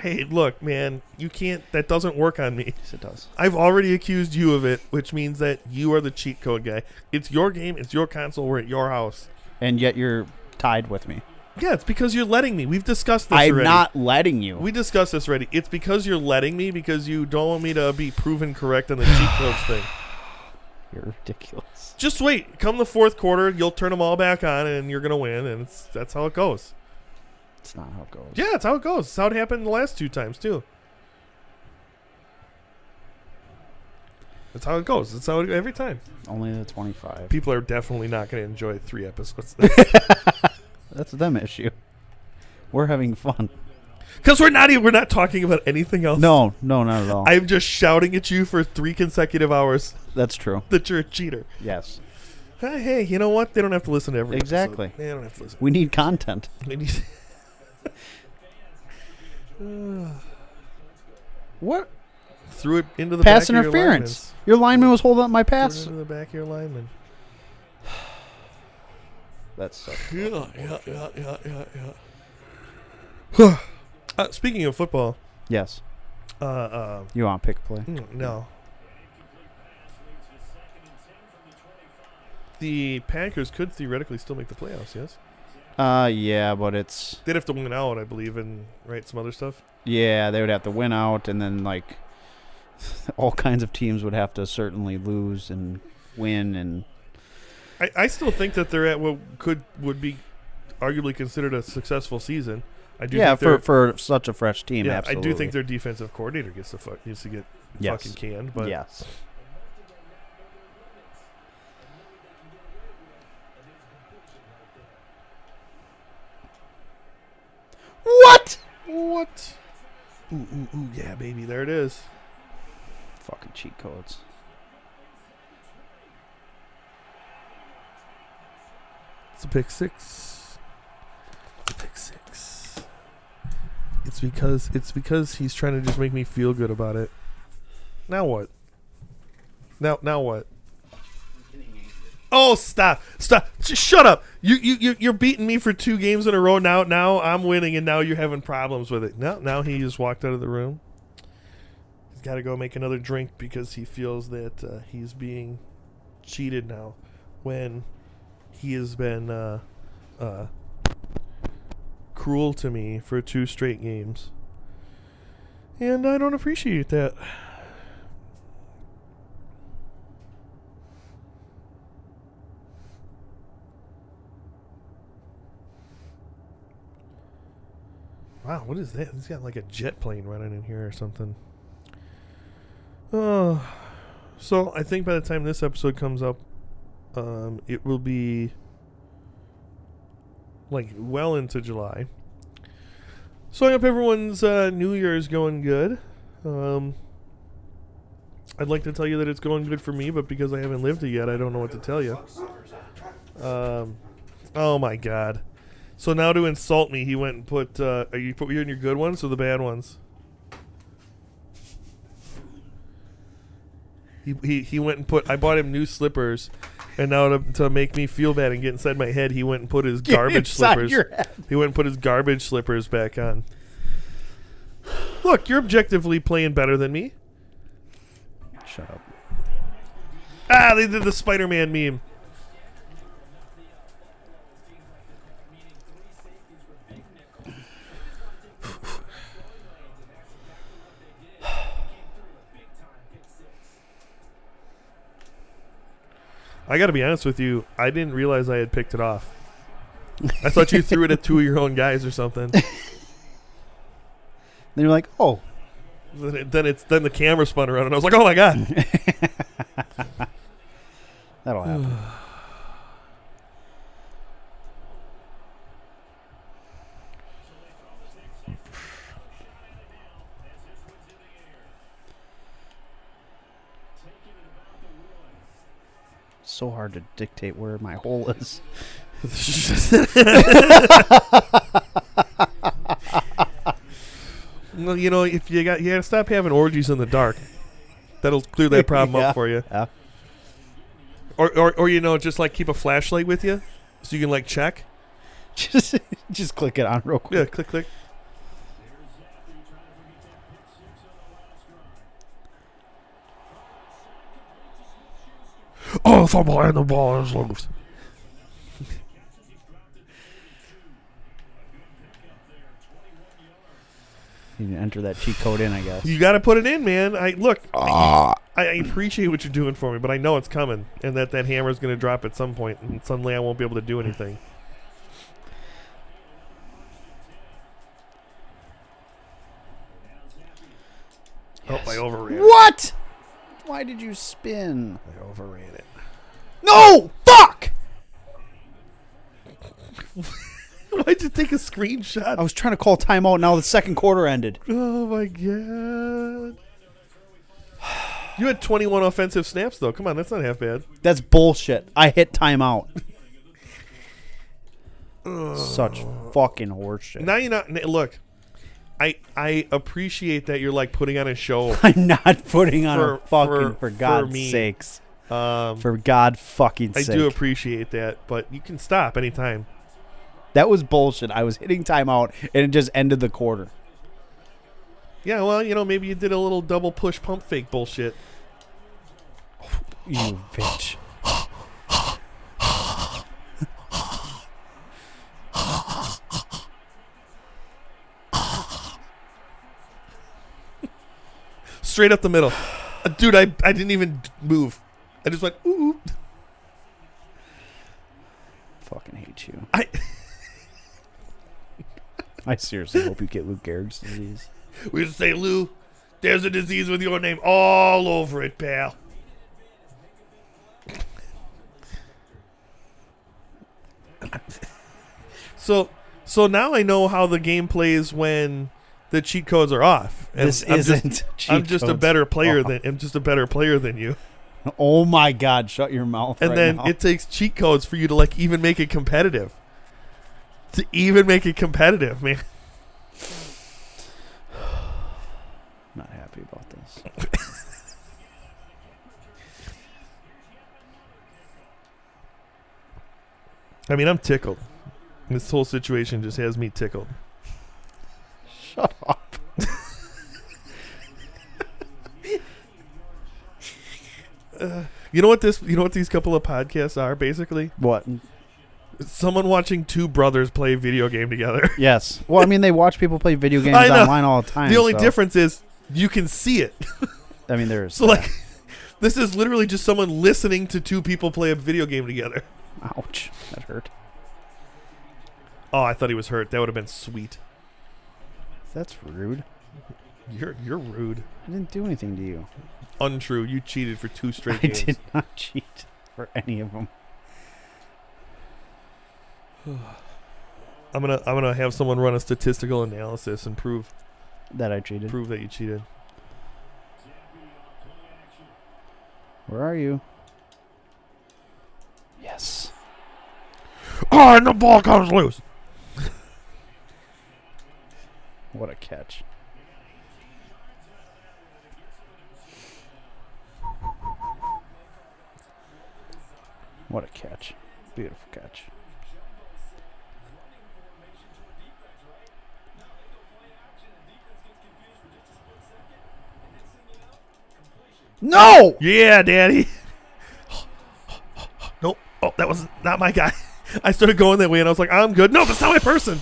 Speaker 1: Hey, look, man, you can't. That doesn't work on me.
Speaker 2: Yes, it does.
Speaker 1: I've already accused you of it, which means that you are the cheat code guy. It's your game, it's your console, we're at your house.
Speaker 2: And yet you're tied with me.
Speaker 1: Yeah, it's because you're letting me. We've discussed this
Speaker 2: I'm
Speaker 1: already.
Speaker 2: not letting you.
Speaker 1: we discussed this already. It's because you're letting me because you don't want me to be proven correct on the cheat codes thing.
Speaker 2: you're ridiculous.
Speaker 1: Just wait. Come the fourth quarter, you'll turn them all back on, and you're gonna win. And it's, that's how it goes.
Speaker 2: It's not how it goes.
Speaker 1: Yeah, that's how it goes. That's how it happened the last two times too. That's how it goes. That's how it, every time.
Speaker 2: Only the 25.
Speaker 1: People are definitely not going to enjoy three episodes
Speaker 2: That's them issue. We're having fun.
Speaker 1: because we're not even we're not talking about anything else.
Speaker 2: No, no, not at all.
Speaker 1: I'm just shouting at you for three consecutive hours
Speaker 2: That's true.
Speaker 1: that you're a cheater.
Speaker 2: Yes.
Speaker 1: Hey, hey, you know what? They don't have to listen to every episode.
Speaker 2: Exactly.
Speaker 1: They don't have to listen.
Speaker 2: We need content.
Speaker 1: They need-
Speaker 2: What?
Speaker 1: Threw it into the
Speaker 2: Pass
Speaker 1: back of your
Speaker 2: interference. Your lineman was holding up my
Speaker 1: lineman. Threw
Speaker 2: pass.
Speaker 1: it into the back of your lineman.
Speaker 2: That's
Speaker 1: Yeah, yeah, yeah, yeah, yeah, yeah. uh, speaking of football,
Speaker 2: yes.
Speaker 1: uh, uh,
Speaker 2: You want pick play?
Speaker 1: mm, no. The Packers could theoretically still make the playoffs. Yes,
Speaker 2: Uh, yeah, but it's
Speaker 1: they'd have to win out, I believe, and right some other stuff.
Speaker 2: yeah they would have to win out, and then like all kinds of teams would have to certainly lose and win, and
Speaker 1: I, I still think that they're at what could would be arguably considered a successful season. I do.
Speaker 2: yeah,
Speaker 1: think they're-
Speaker 2: for for such a fresh team,
Speaker 1: yeah, I
Speaker 2: absolutely.
Speaker 1: do think their defensive coordinator gets the fuck needs to get
Speaker 2: yes.
Speaker 1: fucking canned. But
Speaker 2: yes. What?
Speaker 1: What? Ooh, ooh, ooh, yeah, baby. There it is.
Speaker 2: Fucking cheat codes.
Speaker 1: It's a pick six. It's a pick six. It's because it's because he's trying to just make me feel good about it. Now what? Now now what? Oh stop stop! Sh- shut up! You you you you're beating me for two games in a row now. Now I'm winning, and now you're having problems with it. Now now he just walked out of the room. He's got to go make another drink because he feels that uh, he's being cheated now. When he has been uh, uh, cruel to me for two straight games. And I don't appreciate that. Wow, what is that? He's got like a jet plane running in here or something. Oh, so I think by the time this episode comes up, um, it will be like well into July. So I hope everyone's uh, New Year's going good. Um, I'd like to tell you that it's going good for me, but because I haven't lived it yet, I don't know what to tell you. Um, oh my god! So now to insult me, he went and put. Uh, are you put you in your good ones or the bad ones? He, he, he went and put. I bought him new slippers, and now to, to make me feel bad and get inside my head, he went and put his
Speaker 2: Get
Speaker 1: garbage
Speaker 2: inside
Speaker 1: slippers.
Speaker 2: your head.
Speaker 1: He went and put his garbage slippers back on. Look, you're objectively playing better than me.
Speaker 2: Shut up.
Speaker 1: Ah, they did the Spider-Man meme. I got to be honest with you. I didn't realize I had picked it off. I thought you threw it at two of your own guys or something.
Speaker 2: Then you're like, oh,
Speaker 1: Then, it, then it's then the camera spun around, and I was like, "Oh my god!"
Speaker 2: That'll happen. so hard to dictate where my hole is.
Speaker 1: well, you know, if you got you gotta stop having orgies in the dark, that'll clear that problem
Speaker 2: Yeah.
Speaker 1: up for you.
Speaker 2: Yeah.
Speaker 1: Or, or, or you know, just like keep a flashlight with you, so you can like check.
Speaker 2: Just just click it on real
Speaker 1: Yeah,
Speaker 2: quick.
Speaker 1: click, click. Oh, if I'm behind the ball, it's loose.
Speaker 2: You can enter that cheat code in, I guess.
Speaker 1: You got to put it in, man. I look. I, I appreciate what you're doing for me, but I know it's coming, and that that hammer's going to drop at some point, and suddenly I won't be able to do anything. Oh, I overran. It.
Speaker 2: What? Why did you spin?
Speaker 1: I overran it.
Speaker 2: No! Fuck!
Speaker 1: Why'd you take a screenshot?
Speaker 2: I was trying to call timeout. Now the second quarter ended.
Speaker 1: Oh my god. You had 21 offensive snaps though. Come on, that's not half bad.
Speaker 2: That's bullshit. I hit timeout. Such fucking horseshit.
Speaker 1: Now you're not. n- Look, I I appreciate that you're like putting on a show.
Speaker 2: I'm not putting on a
Speaker 1: For-
Speaker 2: fucking for,
Speaker 1: for- for
Speaker 2: God's
Speaker 1: me.
Speaker 2: sakes.
Speaker 1: Um,
Speaker 2: For God fucking
Speaker 1: I
Speaker 2: sake.
Speaker 1: do appreciate that, but you can stop anytime.
Speaker 2: that was bullshit. I was hitting timeout and it just ended the quarter.
Speaker 1: Yeah, well, you know, maybe you did a little double push pump fake bullshit.
Speaker 2: You
Speaker 1: Oh.
Speaker 2: bitch.
Speaker 1: Straight up the middle. Uh, Dude, I, I didn't even d- move. I just went, ooh.
Speaker 2: Fucking hate you.
Speaker 1: I-
Speaker 2: I seriously hope you get Luke Gehrig's disease.
Speaker 1: We just say, Lou, there's a disease with your name all over it, pal. so, so now I know how the game plays when the cheat codes are off. And
Speaker 2: this
Speaker 1: I'm
Speaker 2: isn't.
Speaker 1: Just, I'm just a better player
Speaker 2: off.
Speaker 1: than I'm just a better player than you.
Speaker 2: Oh my God! Shut your mouth.
Speaker 1: And
Speaker 2: right
Speaker 1: then
Speaker 2: now.
Speaker 1: it takes cheat codes for you to like even make it competitive. To even make it competitive, man.
Speaker 2: Not happy about this.
Speaker 1: I mean, I'm tickled. This whole situation just has me tickled.
Speaker 2: Shut up.
Speaker 1: You know what this? You know what these couple of podcasts are? Basically,
Speaker 2: What?
Speaker 1: someone watching two brothers play a video game together.
Speaker 2: Yes. Well, I mean, they watch people play video games
Speaker 1: I know.
Speaker 2: online all the time.
Speaker 1: the only
Speaker 2: so-
Speaker 1: difference is you can see it.
Speaker 2: I mean, there's.
Speaker 1: So
Speaker 2: that.
Speaker 1: like, this is literally just someone listening to two people play a video game together.
Speaker 2: ouch, that hurt.
Speaker 1: Oh, I thought he was hurt. That would have been sweet.
Speaker 2: That's rude.
Speaker 1: You're you're rude.
Speaker 2: I didn't do anything to you.
Speaker 1: Untrue. You cheated for two straight
Speaker 2: I
Speaker 1: games.
Speaker 2: did not cheat for any of them.
Speaker 1: I'm gonna I'm gonna have someone run a statistical analysis and prove
Speaker 2: That I cheated.
Speaker 1: prove that you cheated.
Speaker 2: Where are you? Yes.
Speaker 1: Oh, and the ball comes loose.
Speaker 2: What a catch. What a catch. Beautiful catch. No!
Speaker 1: Yeah, daddy. nope. Oh, that was not my guy. I started going that way, and I was like, I'm good. No, that's not my person.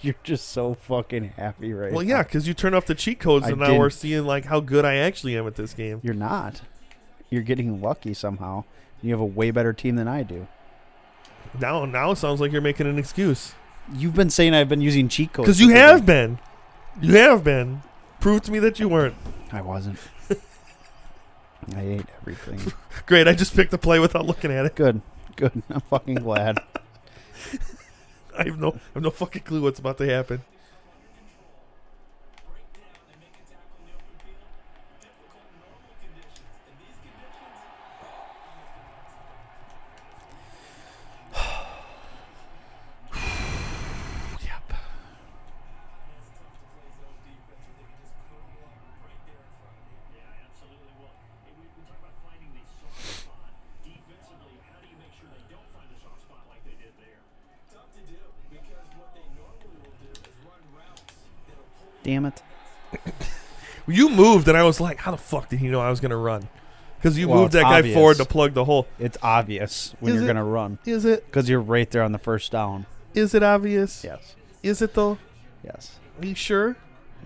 Speaker 2: You're just so fucking happy right
Speaker 1: Well,
Speaker 2: now.
Speaker 1: yeah, because you turn off the cheat codes
Speaker 2: I
Speaker 1: and now we're
Speaker 2: didn't.
Speaker 1: seeing like how good I actually am at this game.
Speaker 2: You're not. You're getting lucky somehow. You have a way better team than I do.
Speaker 1: Now, now it sounds like you're making an excuse
Speaker 2: You've been saying I've been using cheat codes.
Speaker 1: because you
Speaker 2: because
Speaker 1: have been, you have been. Prove to me that you weren't.
Speaker 2: I I wasn't. I ate everything.
Speaker 1: Great, I just picked a play without looking at it.
Speaker 2: Good. Good. I'm fucking glad.
Speaker 1: I have no, I have no fucking clue what's about to happen.
Speaker 2: Yep. Damn it.
Speaker 1: You moved, and I was like, how the fuck did he know I was gonna run? Because you
Speaker 2: Well,
Speaker 1: moved
Speaker 2: it's
Speaker 1: that guy
Speaker 2: obvious.
Speaker 1: forward to plug the hole.
Speaker 2: It's obvious when
Speaker 1: Is
Speaker 2: you're
Speaker 1: it-
Speaker 2: going to run
Speaker 1: Is it?
Speaker 2: because you're right there on the first down.
Speaker 1: Is it obvious?
Speaker 2: Yes.
Speaker 1: Is it though?
Speaker 2: Yes.
Speaker 1: Are you sure? Are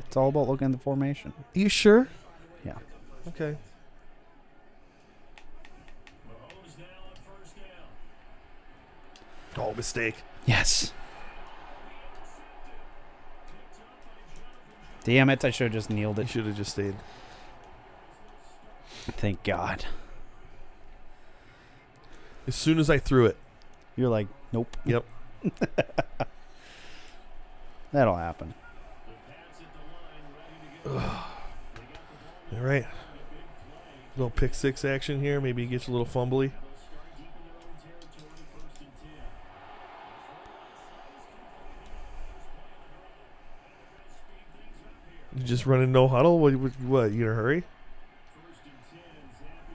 Speaker 2: It's all about looking at the formation.
Speaker 1: you sure?
Speaker 2: Yeah.
Speaker 1: Okay. Oh, mistake.
Speaker 2: Yes. Damn it, I should have just kneeled
Speaker 1: They
Speaker 2: it.
Speaker 1: should have just stayed.
Speaker 2: Thank God.
Speaker 1: As soon as I threw it.
Speaker 2: You're like, nope.
Speaker 1: Yep.
Speaker 2: That'll happen.
Speaker 1: All right. Little pick six action here. Maybe he gets a little fumbly. You just running no huddle? What, what, what you in a hurry?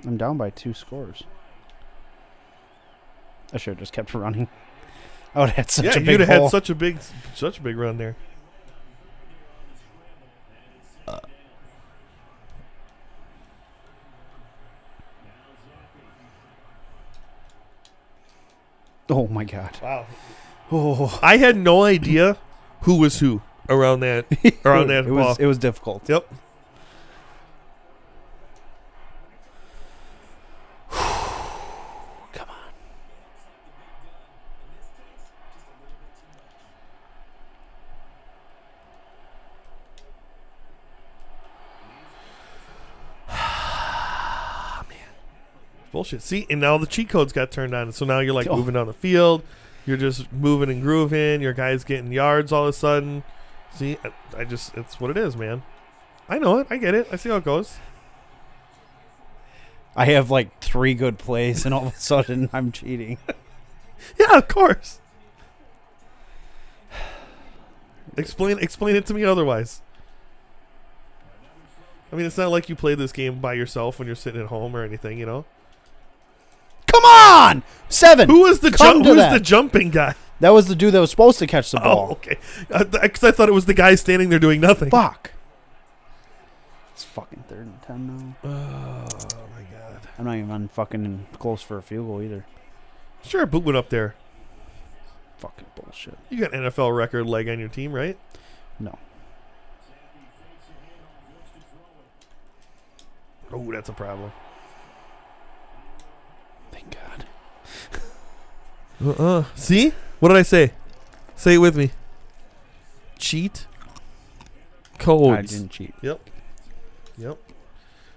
Speaker 2: I'm down by two scores. I should have just kept running. I would have had such
Speaker 1: yeah,
Speaker 2: a
Speaker 1: you'd
Speaker 2: big
Speaker 1: have had
Speaker 2: hole.
Speaker 1: such a big, such a big run there.
Speaker 2: oh my God.
Speaker 1: Wow.
Speaker 2: Oh,
Speaker 1: I had no idea who was who around that around that
Speaker 2: it
Speaker 1: ball.
Speaker 2: was it was difficult.
Speaker 1: yep.
Speaker 2: Come on.
Speaker 1: Bullshit. See, and now the cheat codes got turned on, so now you're like
Speaker 2: Oh.
Speaker 1: moving down the field. You're just moving and grooving. Your guy's getting yards all of a sudden. See, I, I just it's what it is, man. I know it. I get it. I see how it goes.
Speaker 2: I have like three good plays, and all of a sudden I'm cheating.
Speaker 1: Yeah, of course. Explain explain it to me otherwise. I mean, it's not like you play this game by yourself when you're sitting at home or anything, you know.
Speaker 2: Come on, seven.
Speaker 1: Who was the
Speaker 2: Come
Speaker 1: jump?
Speaker 2: to
Speaker 1: Who's
Speaker 2: that.
Speaker 1: the jumping guy?
Speaker 2: That was the dude that was supposed to catch the
Speaker 1: Oh,
Speaker 2: ball.
Speaker 1: okay. Because I thought it was the guy standing there doing nothing.
Speaker 2: Fuck. It's fucking third and ten now.
Speaker 1: Oh my god.
Speaker 2: I'm not even fucking close for a field goal either.
Speaker 1: Sure, a boot went up there.
Speaker 2: Fucking bullshit.
Speaker 1: You got NFL record leg on your team, right?
Speaker 2: No.
Speaker 1: Oh, that's a problem.
Speaker 2: Thank God.
Speaker 1: Uh uh See? What did I say? Say it with me. Cheat
Speaker 2: I
Speaker 1: codes.
Speaker 2: didn't cheat.
Speaker 1: Yep. Yep.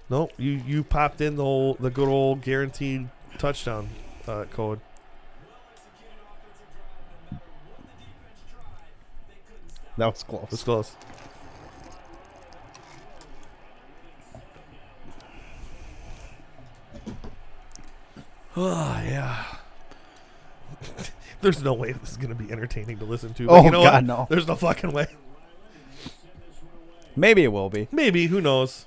Speaker 1: No, you you popped in the whole the good old guaranteed touchdown uh, code.
Speaker 2: That was
Speaker 1: That's
Speaker 2: close.
Speaker 1: close. Oh yeah. There's no way this is gonna be entertaining to listen to. But
Speaker 2: Oh
Speaker 1: you know
Speaker 2: God,
Speaker 1: what?
Speaker 2: no.
Speaker 1: There's no fucking way.
Speaker 2: Maybe it will be.
Speaker 1: Maybe who knows?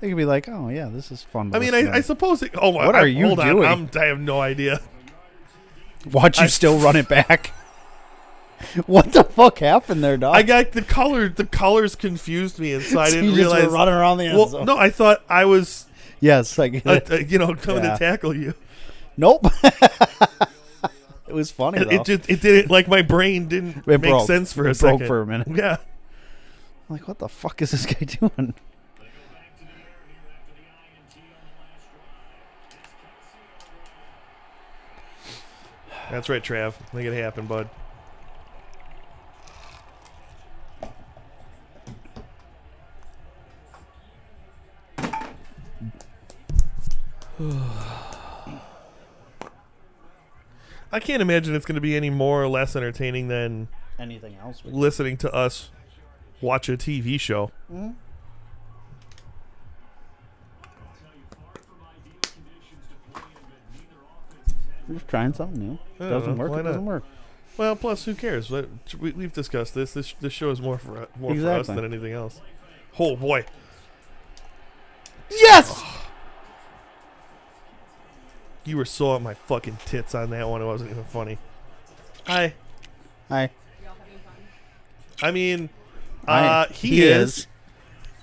Speaker 2: They could be like, oh yeah, this is fun. to
Speaker 1: I mean,
Speaker 2: listen
Speaker 1: I, I
Speaker 2: to."
Speaker 1: suppose. It, oh,
Speaker 2: What
Speaker 1: I,
Speaker 2: are you
Speaker 1: hold
Speaker 2: doing? Uh,
Speaker 1: On, I'm, I have no idea.
Speaker 2: watch you
Speaker 1: I-
Speaker 2: still run it back. what the fuck happened there, dog?
Speaker 1: I got the color. The colors confused me, and so I
Speaker 2: So
Speaker 1: didn't
Speaker 2: you just were
Speaker 1: realize.
Speaker 2: running around the end
Speaker 1: well,
Speaker 2: zone.
Speaker 1: no, I thought I was,
Speaker 2: Yes, I get
Speaker 1: uh,
Speaker 2: it.
Speaker 1: uh, you know, coming
Speaker 2: Yeah.
Speaker 1: to tackle you.
Speaker 2: Nope. It was funny
Speaker 1: It,
Speaker 2: though.
Speaker 1: it just it didn't like my brain didn't
Speaker 2: It
Speaker 1: make
Speaker 2: broke.
Speaker 1: sense for a
Speaker 2: It broke
Speaker 1: second.
Speaker 2: for a minute.
Speaker 1: Yeah.
Speaker 2: like, what the fuck is this guy doing?
Speaker 1: That's right, Trav. Make it happen, bud. I can't imagine it's going to be any more or less entertaining than
Speaker 2: Anything else? We
Speaker 1: listening to us watch a TV show.
Speaker 2: Hmm? We're just trying something new.
Speaker 1: I don't
Speaker 2: doesn't
Speaker 1: know,
Speaker 2: work.
Speaker 1: why
Speaker 2: It doesn't
Speaker 1: not?
Speaker 2: work.
Speaker 1: Well, plus, who cares? Let- We, we've discussed this. This this show is more for more for us
Speaker 2: Exactly.
Speaker 1: than anything else. Oh boy,
Speaker 2: Yes.
Speaker 1: you were so on my fucking tits on that one. It wasn't even funny. I
Speaker 2: Hi.
Speaker 1: I mean,
Speaker 2: I-
Speaker 1: uh, he,
Speaker 2: he
Speaker 1: is
Speaker 2: is.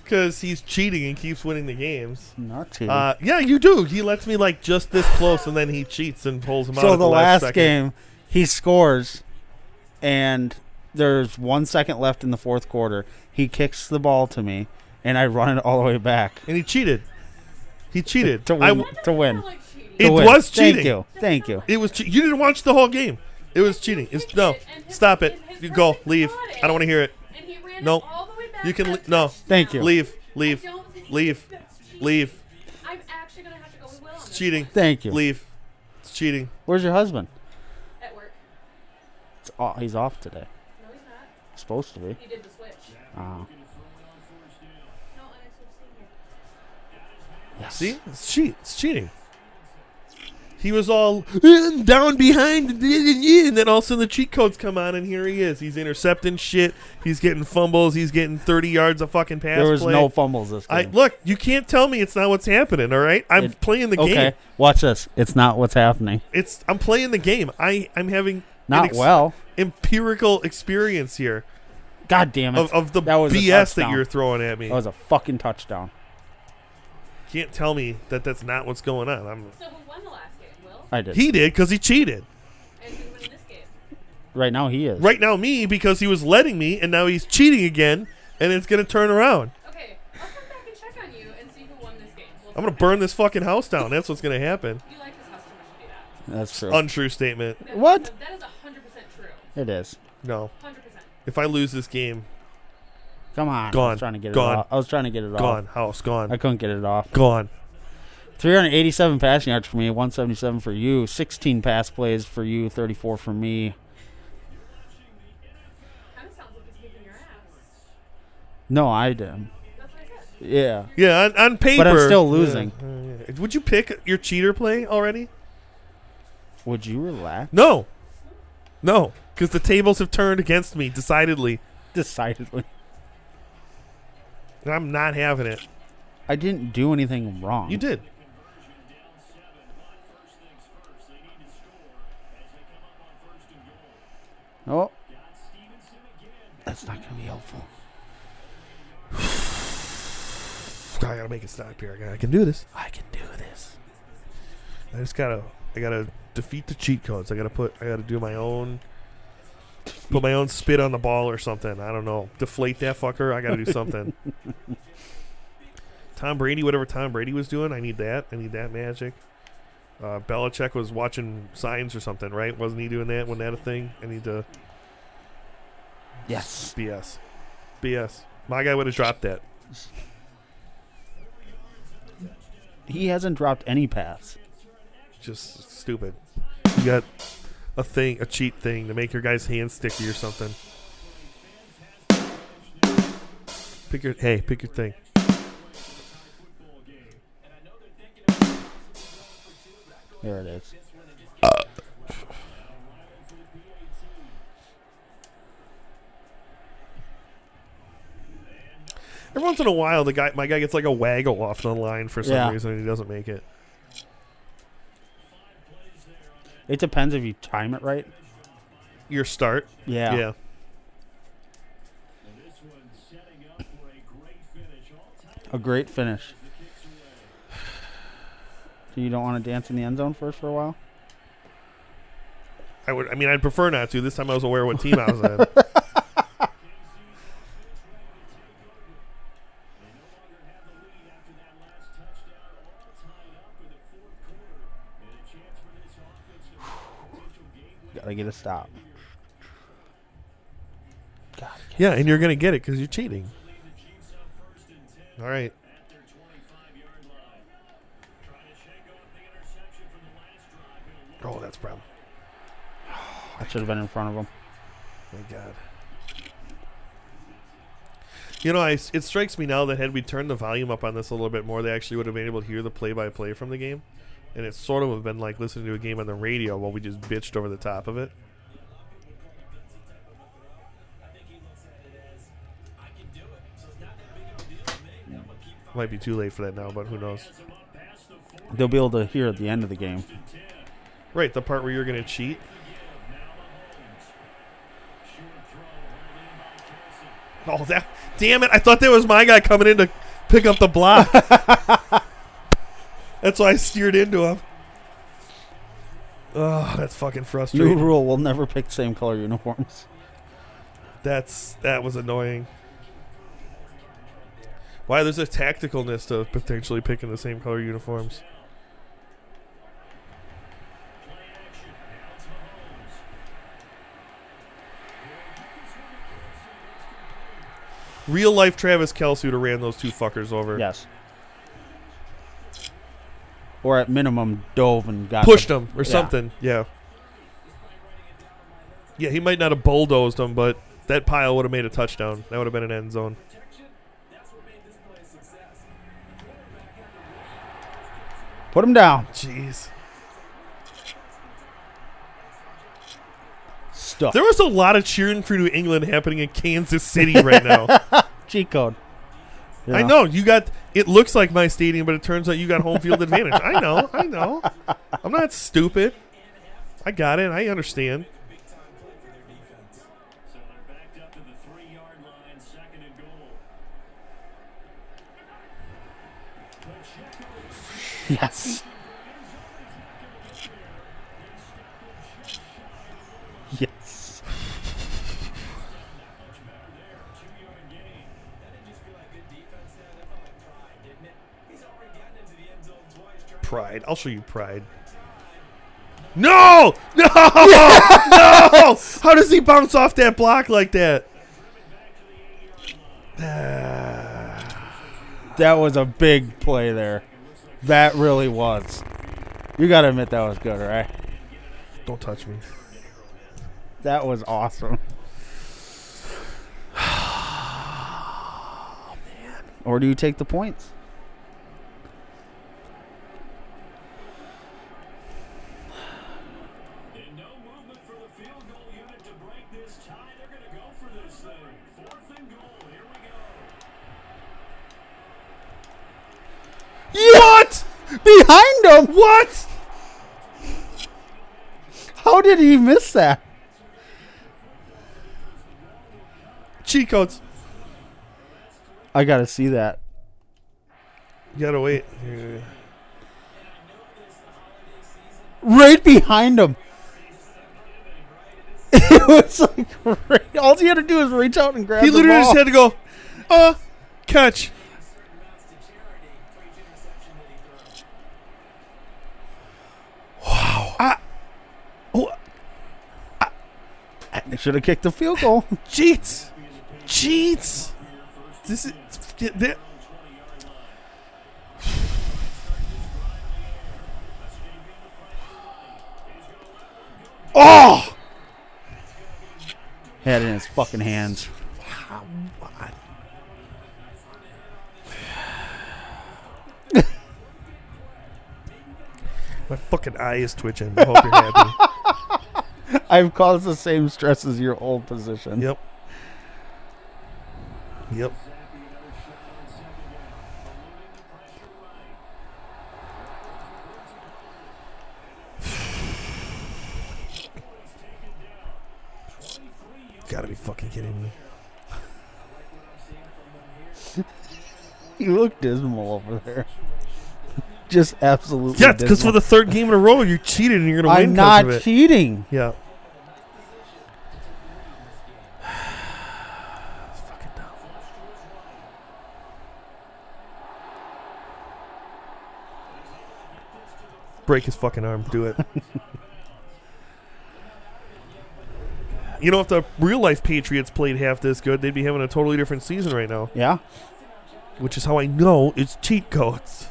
Speaker 1: because he's cheating and keeps winning the games.
Speaker 2: Not cheating.
Speaker 1: Uh, yeah, you do. He lets me like just this close, and then he cheats and pulls him out.
Speaker 2: so
Speaker 1: at
Speaker 2: the
Speaker 1: last,
Speaker 2: last,
Speaker 1: second.
Speaker 2: game, he scores, and there's one second left in the fourth quarter. He kicks the ball to me, and I run it all the way back
Speaker 1: and he cheated. He cheated.
Speaker 2: to
Speaker 1: I
Speaker 2: win.
Speaker 1: w-
Speaker 2: to win.
Speaker 3: Like cheating.
Speaker 1: it
Speaker 2: To win.
Speaker 1: was
Speaker 2: Thank
Speaker 1: cheating.
Speaker 2: you. Thank you.
Speaker 1: It was. Che- you didn't watch the whole game. It was cheating. It's no. Stop it. You go. Leave. I don't want to hear it.
Speaker 3: And he ran
Speaker 1: No.
Speaker 3: it all the way back
Speaker 1: You can
Speaker 3: for a
Speaker 1: li- no.
Speaker 3: touchdown.
Speaker 2: Thank you.
Speaker 1: Leave.
Speaker 3: I
Speaker 1: Leave.
Speaker 3: don't think
Speaker 1: Leave.
Speaker 3: that's cheating.
Speaker 1: Leave.
Speaker 3: I'm actually gonna have to go with Will on this
Speaker 1: It's cheating.
Speaker 2: Thank you.
Speaker 1: Leave. It's cheating.
Speaker 2: Where's your husband?
Speaker 3: at work.
Speaker 2: It's o he's off today.
Speaker 3: No, he's not.
Speaker 2: Supposed to be.
Speaker 3: He did the switch.
Speaker 2: Oh.
Speaker 3: No, and it's just sitting here.
Speaker 1: See?
Speaker 2: Yes.
Speaker 1: It's cheat. It's cheating. He was all "Uh, down behind, and then all of a sudden the cheat codes come on, and here he is. He's intercepting shit. He's getting fumbles. He's getting thirty yards of fucking pass.
Speaker 2: There was
Speaker 1: play.
Speaker 2: no fumbles this
Speaker 1: I
Speaker 2: game.
Speaker 1: look. You can't tell me it's not what's happening. All right, I'm
Speaker 2: It-
Speaker 1: playing the
Speaker 2: okay,
Speaker 1: game.
Speaker 2: watch this. It's not what's happening.
Speaker 1: It's I'm playing the game. I I'm having
Speaker 2: Not
Speaker 1: an ex-
Speaker 2: well.
Speaker 1: empirical experience here
Speaker 2: God damn it.
Speaker 1: of, of the
Speaker 2: That was a
Speaker 1: BS that
Speaker 2: touchdown. Oh.
Speaker 1: you're throwing at me.
Speaker 2: that was a fucking touchdown.
Speaker 1: can't tell me that that's not what's going on. I'm,
Speaker 3: So who won the last game? Will?
Speaker 2: I did.
Speaker 1: he did because he cheated.
Speaker 3: And who won this game?
Speaker 2: right now he is.
Speaker 1: Right now, me because he was letting me, and now he's cheating again, and it's gonna turn around.
Speaker 3: Okay, I'll come back and check on you and see who won this game. We'll
Speaker 1: I'm gonna
Speaker 3: check
Speaker 1: burn this fucking house down. That's what's gonna happen.
Speaker 3: back. You like this house too much to do that.
Speaker 2: That's true.
Speaker 1: Untrue statement.
Speaker 3: That is-
Speaker 2: What?
Speaker 3: That is 100% true.
Speaker 2: it is.
Speaker 1: No.
Speaker 3: 100%.
Speaker 1: If I lose this game,
Speaker 2: Come on. I
Speaker 1: Gone.
Speaker 2: was trying to get
Speaker 1: Gone.
Speaker 2: it off. I was trying to get it
Speaker 1: gone.
Speaker 2: off.
Speaker 1: House
Speaker 2: I
Speaker 1: gone.
Speaker 2: couldn't get it off.
Speaker 1: Gone.
Speaker 2: 387 passing yards for me, 177 for you, 16 pass plays for you, 34 for me.
Speaker 3: Kind of sounds like he's kicking your ass.
Speaker 2: No, I didn't.
Speaker 3: That's what I said.
Speaker 2: Yeah.
Speaker 1: Yeah, on, on paper.
Speaker 2: still
Speaker 1: Yeah,
Speaker 2: losing.
Speaker 1: yeah, yeah. Would you pick your cheater play already?
Speaker 2: Would you relax?
Speaker 1: No. No. Because the tables have turned against me decidedly.
Speaker 2: Decidedly.
Speaker 1: And I'm not having it.
Speaker 2: I didn't do anything wrong.
Speaker 1: You did.
Speaker 2: Oh. That's not going to be helpful.
Speaker 1: I gotta make a stop here. I gotta- I can do this.
Speaker 2: I can do this.
Speaker 1: I just gotta. I gotta defeat the cheat codes. I gotta put. I gotta do my own. Put my own spit on the ball or something. I don't know. Deflate that fucker. I gotta do something. Tom Brady, whatever Tom Brady was doing, I need that. I need that magic. Uh, Belichick was watching signs or something, right? Wasn't he doing that? Wasn't that a thing? I need to.
Speaker 2: Yes.
Speaker 1: BS. BS. My guy would have dropped that.
Speaker 2: He hasn't dropped any pass.
Speaker 1: Just stupid. You got a thing, a cheat thing to make your guy's hand sticky or something. Pick your hey, pick your thing.
Speaker 2: There it is.
Speaker 1: Every once in a while, the guy, my guy, gets like a waggle off the line for some
Speaker 2: Yeah.
Speaker 1: reason, and he doesn't make it.
Speaker 2: It depends if you time it right.
Speaker 1: Your start,
Speaker 2: Yeah.
Speaker 1: yeah.
Speaker 2: A great finish. So you don't want to dance in the end zone first for a while?
Speaker 1: I would. I mean, I'd prefer not to. This time I was aware what team I was in.
Speaker 2: Gotta get a stop. God,
Speaker 1: Yeah, and you're gonna get it because you're cheating. All right. Oh, that's a problem.
Speaker 2: I should have been in front of him.
Speaker 1: My God. You know, I, s- it strikes me now that had we turned the volume up on this a little bit more, they actually would have been able to hear the play-by-play from the game, and it sort of would have been like listening to a game on the radio while we just bitched over the top of it. Might be too late for that now, but who knows?
Speaker 2: They'll be able to hear at the end of the game.
Speaker 1: Right, the part where you're going to cheat. Oh, that! Damn it! I thought that was my guy coming in to pick up the block. that's why I steered into him. Oh, that's fucking
Speaker 2: New
Speaker 1: frustrating.
Speaker 2: rule: we'll never pick same color uniforms.
Speaker 1: That's that was annoying. Why there's a tacticalness to potentially picking the same color uniforms. Real life Travis Kelce would have ran those two fuckers over.
Speaker 2: Yes. Or at minimum, dove and got
Speaker 1: Pushed
Speaker 2: the-
Speaker 1: them or
Speaker 2: Yeah.
Speaker 1: something. Yeah. Yeah, he might not have bulldozed them, but that pile would have made a touchdown. That would have been an end zone.
Speaker 2: Put him down.
Speaker 1: Jeez.
Speaker 2: Stuff.
Speaker 1: There was a lot of cheering for New England happening in Kansas City right now.
Speaker 2: Cheat code. You
Speaker 1: I know you got. It looks like my stadium, but it turns out you got home field advantage. I know. I know. I'm not stupid. I got it. I understand.
Speaker 4: So they're backed up to the three-yard line, second and goal.
Speaker 2: Yes. Yes.
Speaker 1: Pride. I'll show you pride. No! No! No! How does he bounce off that block like that?
Speaker 2: That was a big play there. That really was. You gotta admit that was good, right?
Speaker 1: Don't touch me.
Speaker 2: That was awesome. Or do you take the points?
Speaker 4: And no movement for the field goal unit to break this tie. They're going to go for this thing. Fourth and goal. Here we go.
Speaker 2: What? Behind him? What? How did he miss that?
Speaker 1: Cheat codes.
Speaker 2: I gotta see that.
Speaker 1: You gotta wait. Yeah.
Speaker 2: right behind him. It was like right, all he had to do was reach out and grab.
Speaker 1: He
Speaker 2: the
Speaker 1: literally
Speaker 2: ball.
Speaker 1: just had to go, uh, catch. Wow. I, oh,
Speaker 2: They should have kicked the field goal.
Speaker 1: cheats. Cheats. This is. Get that. Oh!
Speaker 2: had it in his fucking hands.
Speaker 1: My fucking eye is twitching. I hope you're happy.
Speaker 2: I've caused the same stress as your old position.
Speaker 1: Yep. Yep. Gotta be fucking kidding me.
Speaker 2: You look dismal over there. Just absolutely.
Speaker 1: Yeah, because for
Speaker 2: dismal.
Speaker 1: the third game in a row, you cheated and you're gonna win.
Speaker 2: I'm
Speaker 1: 'cause
Speaker 2: not
Speaker 1: of it.
Speaker 2: cheating.
Speaker 1: Yeah. Break his fucking arm. Do it. you know, if the real life Patriots played half this good, they'd be having a totally different season right now,
Speaker 2: Yeah.
Speaker 1: which is how I know it's cheat codes.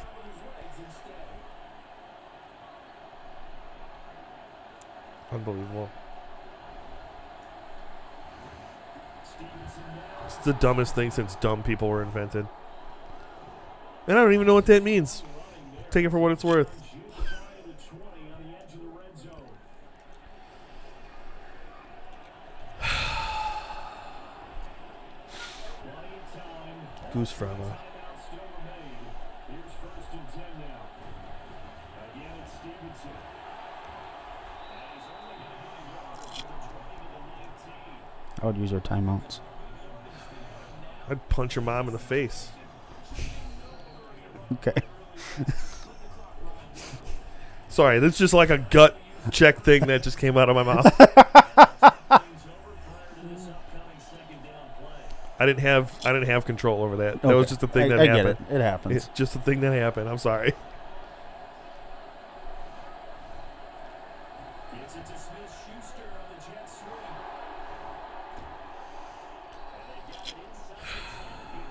Speaker 1: Unbelievable. It's the dumbest thing since dumb people were invented. And I don't even know what that means. Take it for what it's worth. Goose from uh,
Speaker 2: I would use our timeouts.
Speaker 1: I'd punch your mom in the face.
Speaker 2: Okay.
Speaker 1: Sorry, that's just like a gut check thing that just came out of my mouth. I didn't have I didn't have control over that. That was
Speaker 2: Okay.
Speaker 1: just a thing
Speaker 2: I,
Speaker 1: that
Speaker 2: I get
Speaker 1: happened.
Speaker 2: it. It happens.
Speaker 1: It's just a thing that happened. I'm sorry.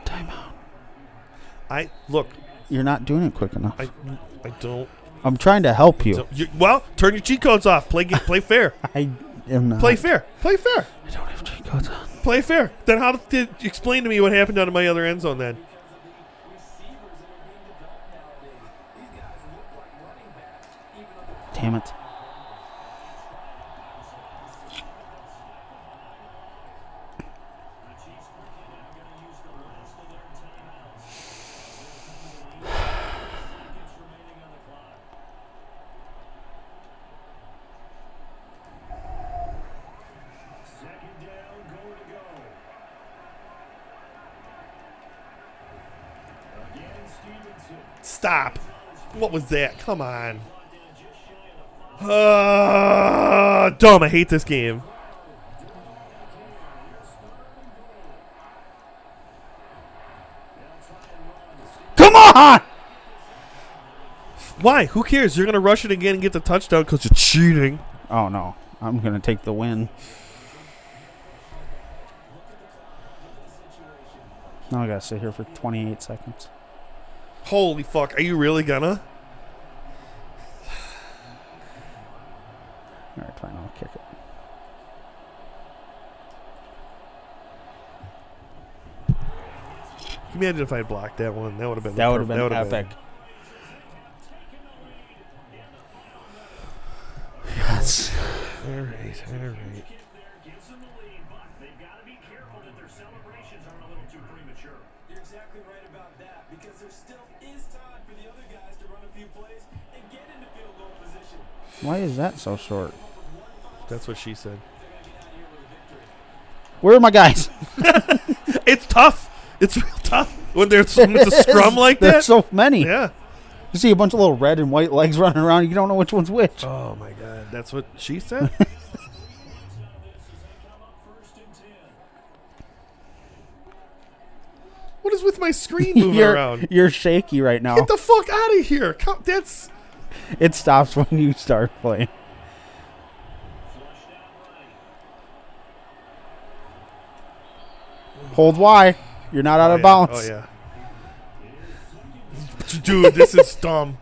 Speaker 2: Timeout.
Speaker 1: I look.
Speaker 2: You're not doing it quick enough.
Speaker 1: I I don't.
Speaker 2: I'm trying to help you.
Speaker 1: don't- you- well, turn your cheat codes off. Play ga- play fair.
Speaker 2: I am not.
Speaker 1: Play fair. Play fair.
Speaker 2: I don't have cheat codes on.
Speaker 1: Play fair. Then how did explain to me what happened down in my other end zone then?
Speaker 2: Damn it.
Speaker 1: Stop. What was that? Come on. Ah, dumb. I hate this game.
Speaker 2: Come on!
Speaker 1: Why? Who cares? You're going to rush it again and get the touchdown because you're cheating.
Speaker 2: Oh no. I'm gonna take the win. Now I gotta sit here for 28 seconds.
Speaker 1: Holy fuck. Are you really gonna?
Speaker 2: All right, fine. I'll kick it.
Speaker 1: Can you imagine if I had blocked that one? That would have been
Speaker 2: That would have
Speaker 1: perf-
Speaker 2: been
Speaker 1: that would've
Speaker 2: epic. Yes.
Speaker 1: All right, all right.
Speaker 4: You're exactly right about that because there still is time for the other guys to run a few plays and get into field goal position.
Speaker 2: Why is that so short?
Speaker 1: That's what she said.
Speaker 2: Where are my guys?
Speaker 1: It's tough. It's real tough when there's when it's a scrum like that.
Speaker 2: There's so many.
Speaker 1: yeah.
Speaker 2: You see a bunch of little red and white legs running around. You don't know which one's which.
Speaker 1: Oh my god, that's what she said. what is with my screen moving
Speaker 2: you're,
Speaker 1: around?
Speaker 2: you're shaky right now.
Speaker 1: Get the fuck out of here! Come, that's
Speaker 2: it stops when you start playing. Hold Y. You're not out
Speaker 1: oh,
Speaker 2: of
Speaker 1: yeah.
Speaker 2: bounds.
Speaker 1: Oh yeah, dude, this is dumb.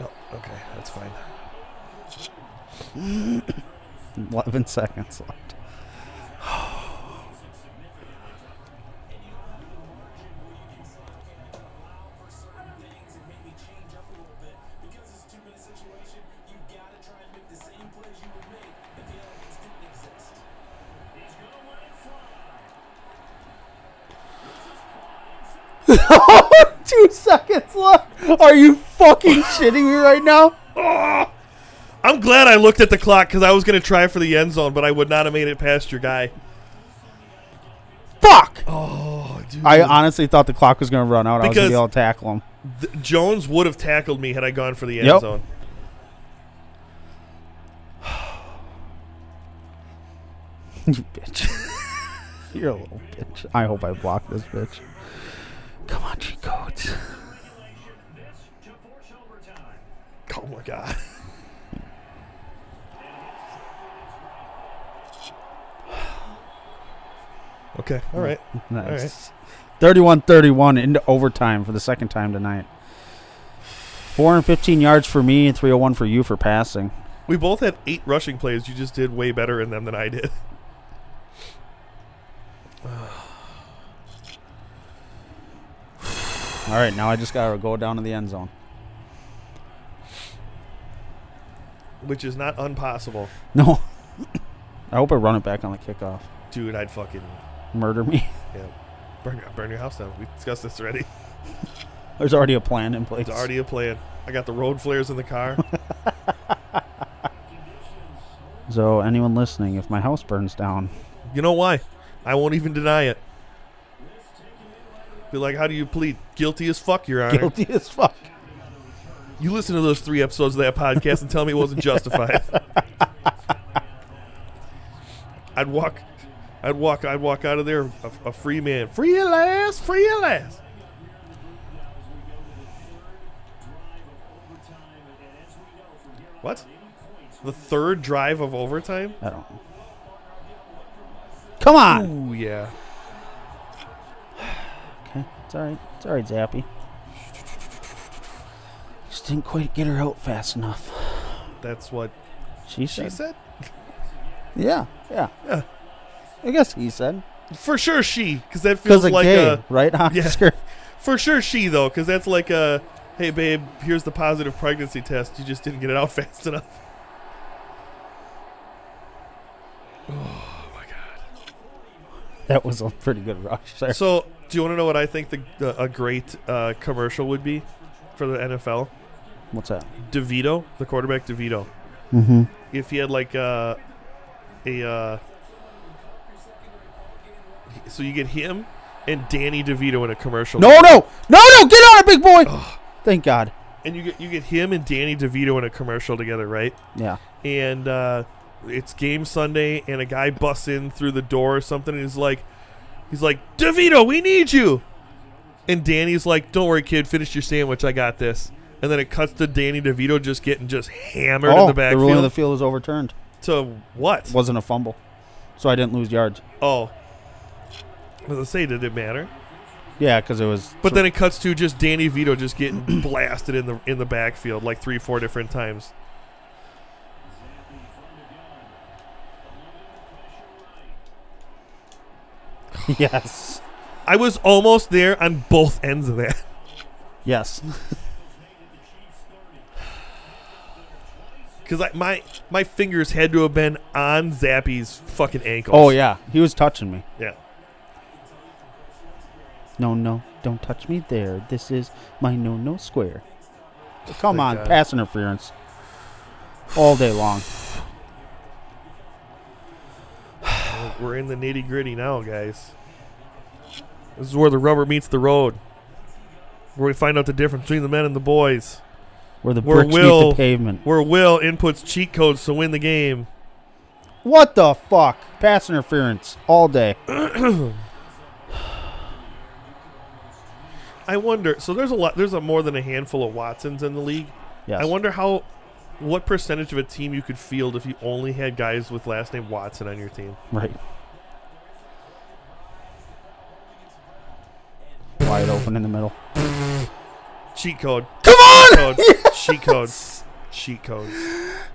Speaker 1: Oh, okay, that's fine.
Speaker 2: 11 seconds left. Two seconds left. Are you fucking shitting me right now?
Speaker 1: I'm glad I looked at the clock because I was going to try for the end zone, but I would not have made it past your guy.
Speaker 2: Fuck!
Speaker 1: Oh, dude.
Speaker 2: I honestly thought the clock was going to run out. I was
Speaker 1: Because-
Speaker 2: going to be able to tackle him.
Speaker 1: Th- Jones would have tackled me had I gone for the end
Speaker 2: Yep.
Speaker 1: zone.
Speaker 2: you bitch. You're a little bitch. I hope I block this bitch. Come on, cheat codes.
Speaker 1: Oh my god. okay, all right.
Speaker 2: Nice. 31 31 into overtime for the second time tonight. 4 and 15 yards for me and 301 for you for passing.
Speaker 1: We both had eight rushing plays. You just did way better in them than I did.
Speaker 2: All right, now I just got to go down to the end zone.
Speaker 1: Which is not impossible.
Speaker 2: No. I hope I run it back on the kickoff.
Speaker 1: Dude, I'd fucking
Speaker 2: Murder me.
Speaker 1: yeah, burn your burn your house down. We discussed this already.
Speaker 2: There's already a plan in place.
Speaker 1: It's already a plan. I got the road flares in the car.
Speaker 2: So, anyone listening, if my house burns down,
Speaker 1: you know why? I won't even deny it. Be like, how do you plead? Guilty as fuck, Your Honor.
Speaker 2: guilty as fuck.
Speaker 1: You listen to those three episodes of that podcast and tell me it wasn't justified. I'd walk, I'd walk, I'd walk out of there a, a free man, free at last, free at last. What? The third drive of overtime?
Speaker 2: I don't know. Come on.
Speaker 1: Ooh yeah.
Speaker 2: Okay. It's all right. It's all right, Zappy. Just didn't quite get her out fast enough.
Speaker 1: That's what
Speaker 2: She
Speaker 1: she
Speaker 2: said.
Speaker 1: said.
Speaker 2: Yeah, yeah.
Speaker 1: Yeah.
Speaker 2: I guess he said.
Speaker 1: For sure she, because that feels
Speaker 2: Because of
Speaker 1: like
Speaker 2: gay,
Speaker 1: a
Speaker 2: right,
Speaker 1: yeah.
Speaker 2: Oscar?
Speaker 1: For sure, she though, because that's like a, hey babe, here's the positive pregnancy test. You just didn't get it out fast enough. Oh my god!
Speaker 2: That was a pretty good rush there.
Speaker 1: So, do you want to know what I think the, the a great uh, commercial would be for the NFL?
Speaker 2: What's that?
Speaker 1: DeVito, the quarterback DeVito,
Speaker 2: Mm-hmm.
Speaker 1: if he had like uh, a, uh, so you get him and Danny DeVito in a commercial.
Speaker 2: No, no, no, no! Get on it, big boy! Thank God.
Speaker 1: and you get you get him and Danny DeVito in a commercial together, right?
Speaker 2: Yeah.
Speaker 1: and uh, it's game Sunday, and a guy busts in through the door or something, and he's like, he's like, DeVito, we need you. And Danny's like, don't worry, kid, finish your sandwich. I got this. And then it cuts to Danny DeVito just getting just hammered in Oh, the
Speaker 2: Oh, the rule
Speaker 1: backfield.
Speaker 2: of the field was overturned.
Speaker 1: to what?
Speaker 2: Wasn't a fumble, so I didn't lose yards.
Speaker 1: Oh. As I say, did it matter?
Speaker 2: Yeah, because it was.
Speaker 1: But then it cuts to just Danny Vito just getting blasted in the in the backfield like three, four different times.
Speaker 2: yes,
Speaker 1: I was almost there on both ends of that.
Speaker 2: yes.
Speaker 1: Because my my fingers had to have been on Zappy's fucking ankles.
Speaker 2: Oh yeah, he was touching me.
Speaker 1: yeah.
Speaker 2: No, no, don't touch me there. This is my no-no square. Come on,
Speaker 1: Thank God.
Speaker 2: pass interference all day long.
Speaker 1: We're- We're in the nitty gritty now, guys. This is where the rubber meets the road. Where we find out the difference between the men and the boys.
Speaker 2: Where the
Speaker 1: Where
Speaker 2: bricks meet
Speaker 1: Will-
Speaker 2: the pavement.
Speaker 1: Where Will inputs cheat codes to win the game.
Speaker 2: What the fuck? Pass interference all day.
Speaker 1: I wonder. So there's a lot. There's a more than a handful of Watsons in the league.
Speaker 2: Yes.
Speaker 1: I wonder how, what percentage of a team you could field if you only had guys with last name Watson on your team.
Speaker 2: Right. Wide open in the middle.
Speaker 1: Cheat code.
Speaker 2: Come on!
Speaker 1: Code. Cheat codes. Cheat codes.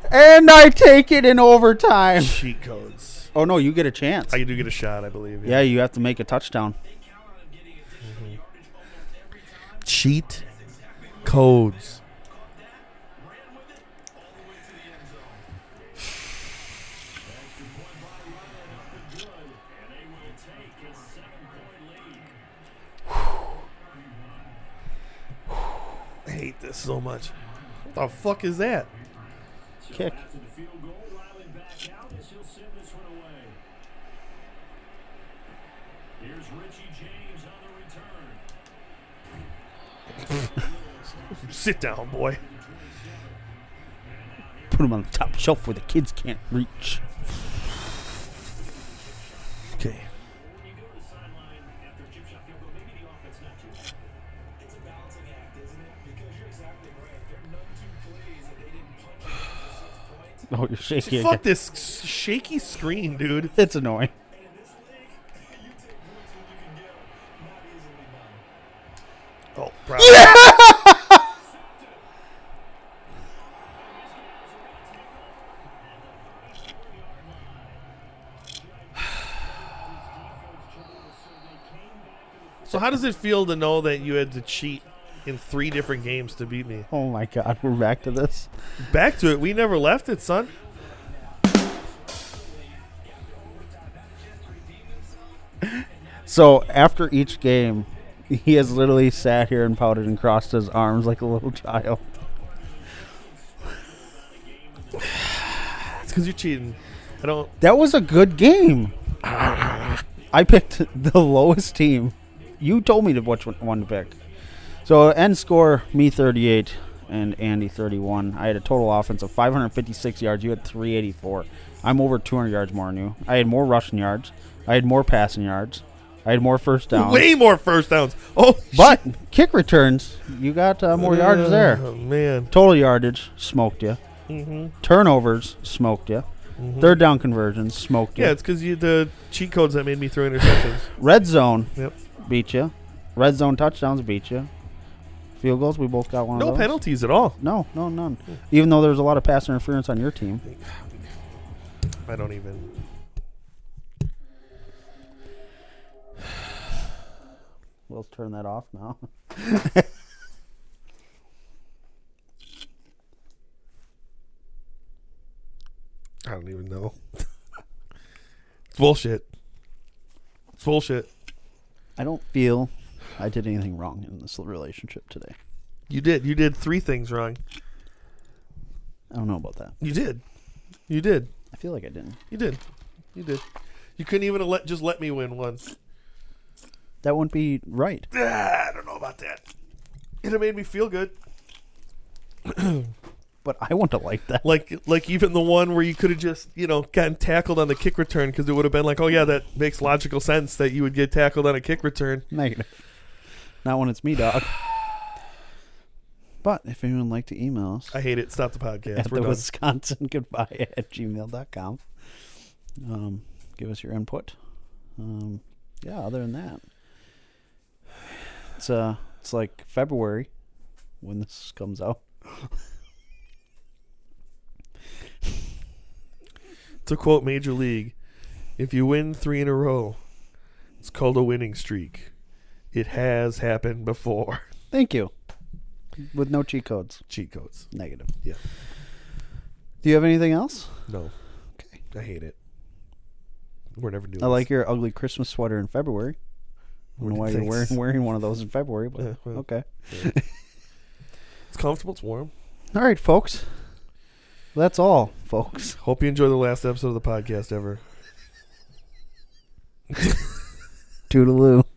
Speaker 2: And I take it in overtime.
Speaker 1: Cheat codes.
Speaker 2: Oh no, you get a chance.
Speaker 1: I do get a shot, I believe.
Speaker 2: yeah, you have to make a touchdown.
Speaker 1: Cheat codes. I hate this so much. What the fuck is that?
Speaker 2: Kick.
Speaker 1: Sit down, boy.
Speaker 2: Put him on the top shelf where the kids can't reach.
Speaker 1: Okay.
Speaker 2: Oh, you're shaky
Speaker 1: Fuck
Speaker 2: again.
Speaker 1: this s- shaky screen, dude.
Speaker 2: It's annoying.
Speaker 1: Oh, probably. Yeah! so, how does it feel to know that you had to cheat in three different games to beat me?
Speaker 2: Oh my god, we're back to this.
Speaker 1: Back to it. We never left it, son.
Speaker 2: So after each game, he has literally sat here and pouted and crossed his arms like a little child.
Speaker 1: That's because you're cheating. I don't.
Speaker 2: That was a good game. I picked the lowest team. You told me to which one- one to pick. So end score me 38 and Andy 31. I had a total offense of 556 yards. You had 384. I'm over 200 yards more than you. I had more rushing yards. I had more passing yards. I had more first downs.
Speaker 1: Way more first downs. Oh,
Speaker 2: But kick returns, you got uh, more yards there.
Speaker 1: Oh, man. Mm-hmm,
Speaker 2: Total yardage smoked you. Turnovers smoked you. Third down conversions smoked you.
Speaker 1: Yeah, it's because you the cheat codes that made me throw interceptions.
Speaker 2: Red zone
Speaker 1: Yep.
Speaker 2: beat you. Red zone touchdowns beat you. Field goals, we both got one.
Speaker 1: No
Speaker 2: of those.
Speaker 1: penalties at all.
Speaker 2: No, no, none. Even though there was a lot of pass interference on your team.
Speaker 1: I don't even.
Speaker 2: We'll turn that off now.
Speaker 1: I don't even know. it's bullshit. It's bullshit.
Speaker 2: I don't feel I did anything wrong in this relationship today.
Speaker 1: You did. You did three things wrong.
Speaker 2: I don't know about that.
Speaker 1: You did. You did.
Speaker 2: I feel like I didn't.
Speaker 1: You did. You did. You couldn't even let just let me win once.
Speaker 2: That wouldn't be right.
Speaker 1: Ah, I don't know about that. It made me feel good.
Speaker 2: But I wouldn't have liked that.
Speaker 1: Like like even the one where you could have just you know gotten tackled on the kick return because it would have been like oh yeah that makes logical sense that you would get tackled on a kick return.
Speaker 2: Negative. Not when it's me, dog. But if anyone would like to email us
Speaker 1: I hate it. Stop the podcast.
Speaker 2: at
Speaker 1: We're
Speaker 2: the
Speaker 1: done.
Speaker 2: Wisconsin goodbye at gmail.com, um, give us your input. Um, yeah, other than that, it's, uh, it's like February when this comes out.
Speaker 1: To quote Major League, if you win three in a row, it's called a winning streak. It has happened before.
Speaker 2: Thank you. With no cheat codes.
Speaker 1: Cheat codes.
Speaker 2: Negative.
Speaker 1: Yeah.
Speaker 2: Do you have anything else?
Speaker 1: No.
Speaker 2: Okay.
Speaker 1: I hate it. We're never doing
Speaker 2: I like your ugly Christmas sweater in February. I don't know why you're
Speaker 1: Thanks.
Speaker 2: wearing, wearing one of those in February, but
Speaker 1: Yeah, well.
Speaker 2: okay.
Speaker 1: It's comfortable. It's warm.
Speaker 2: All right, folks. That's all, folks.
Speaker 1: Hope you enjoy the last episode of the podcast ever.
Speaker 2: Toodaloo.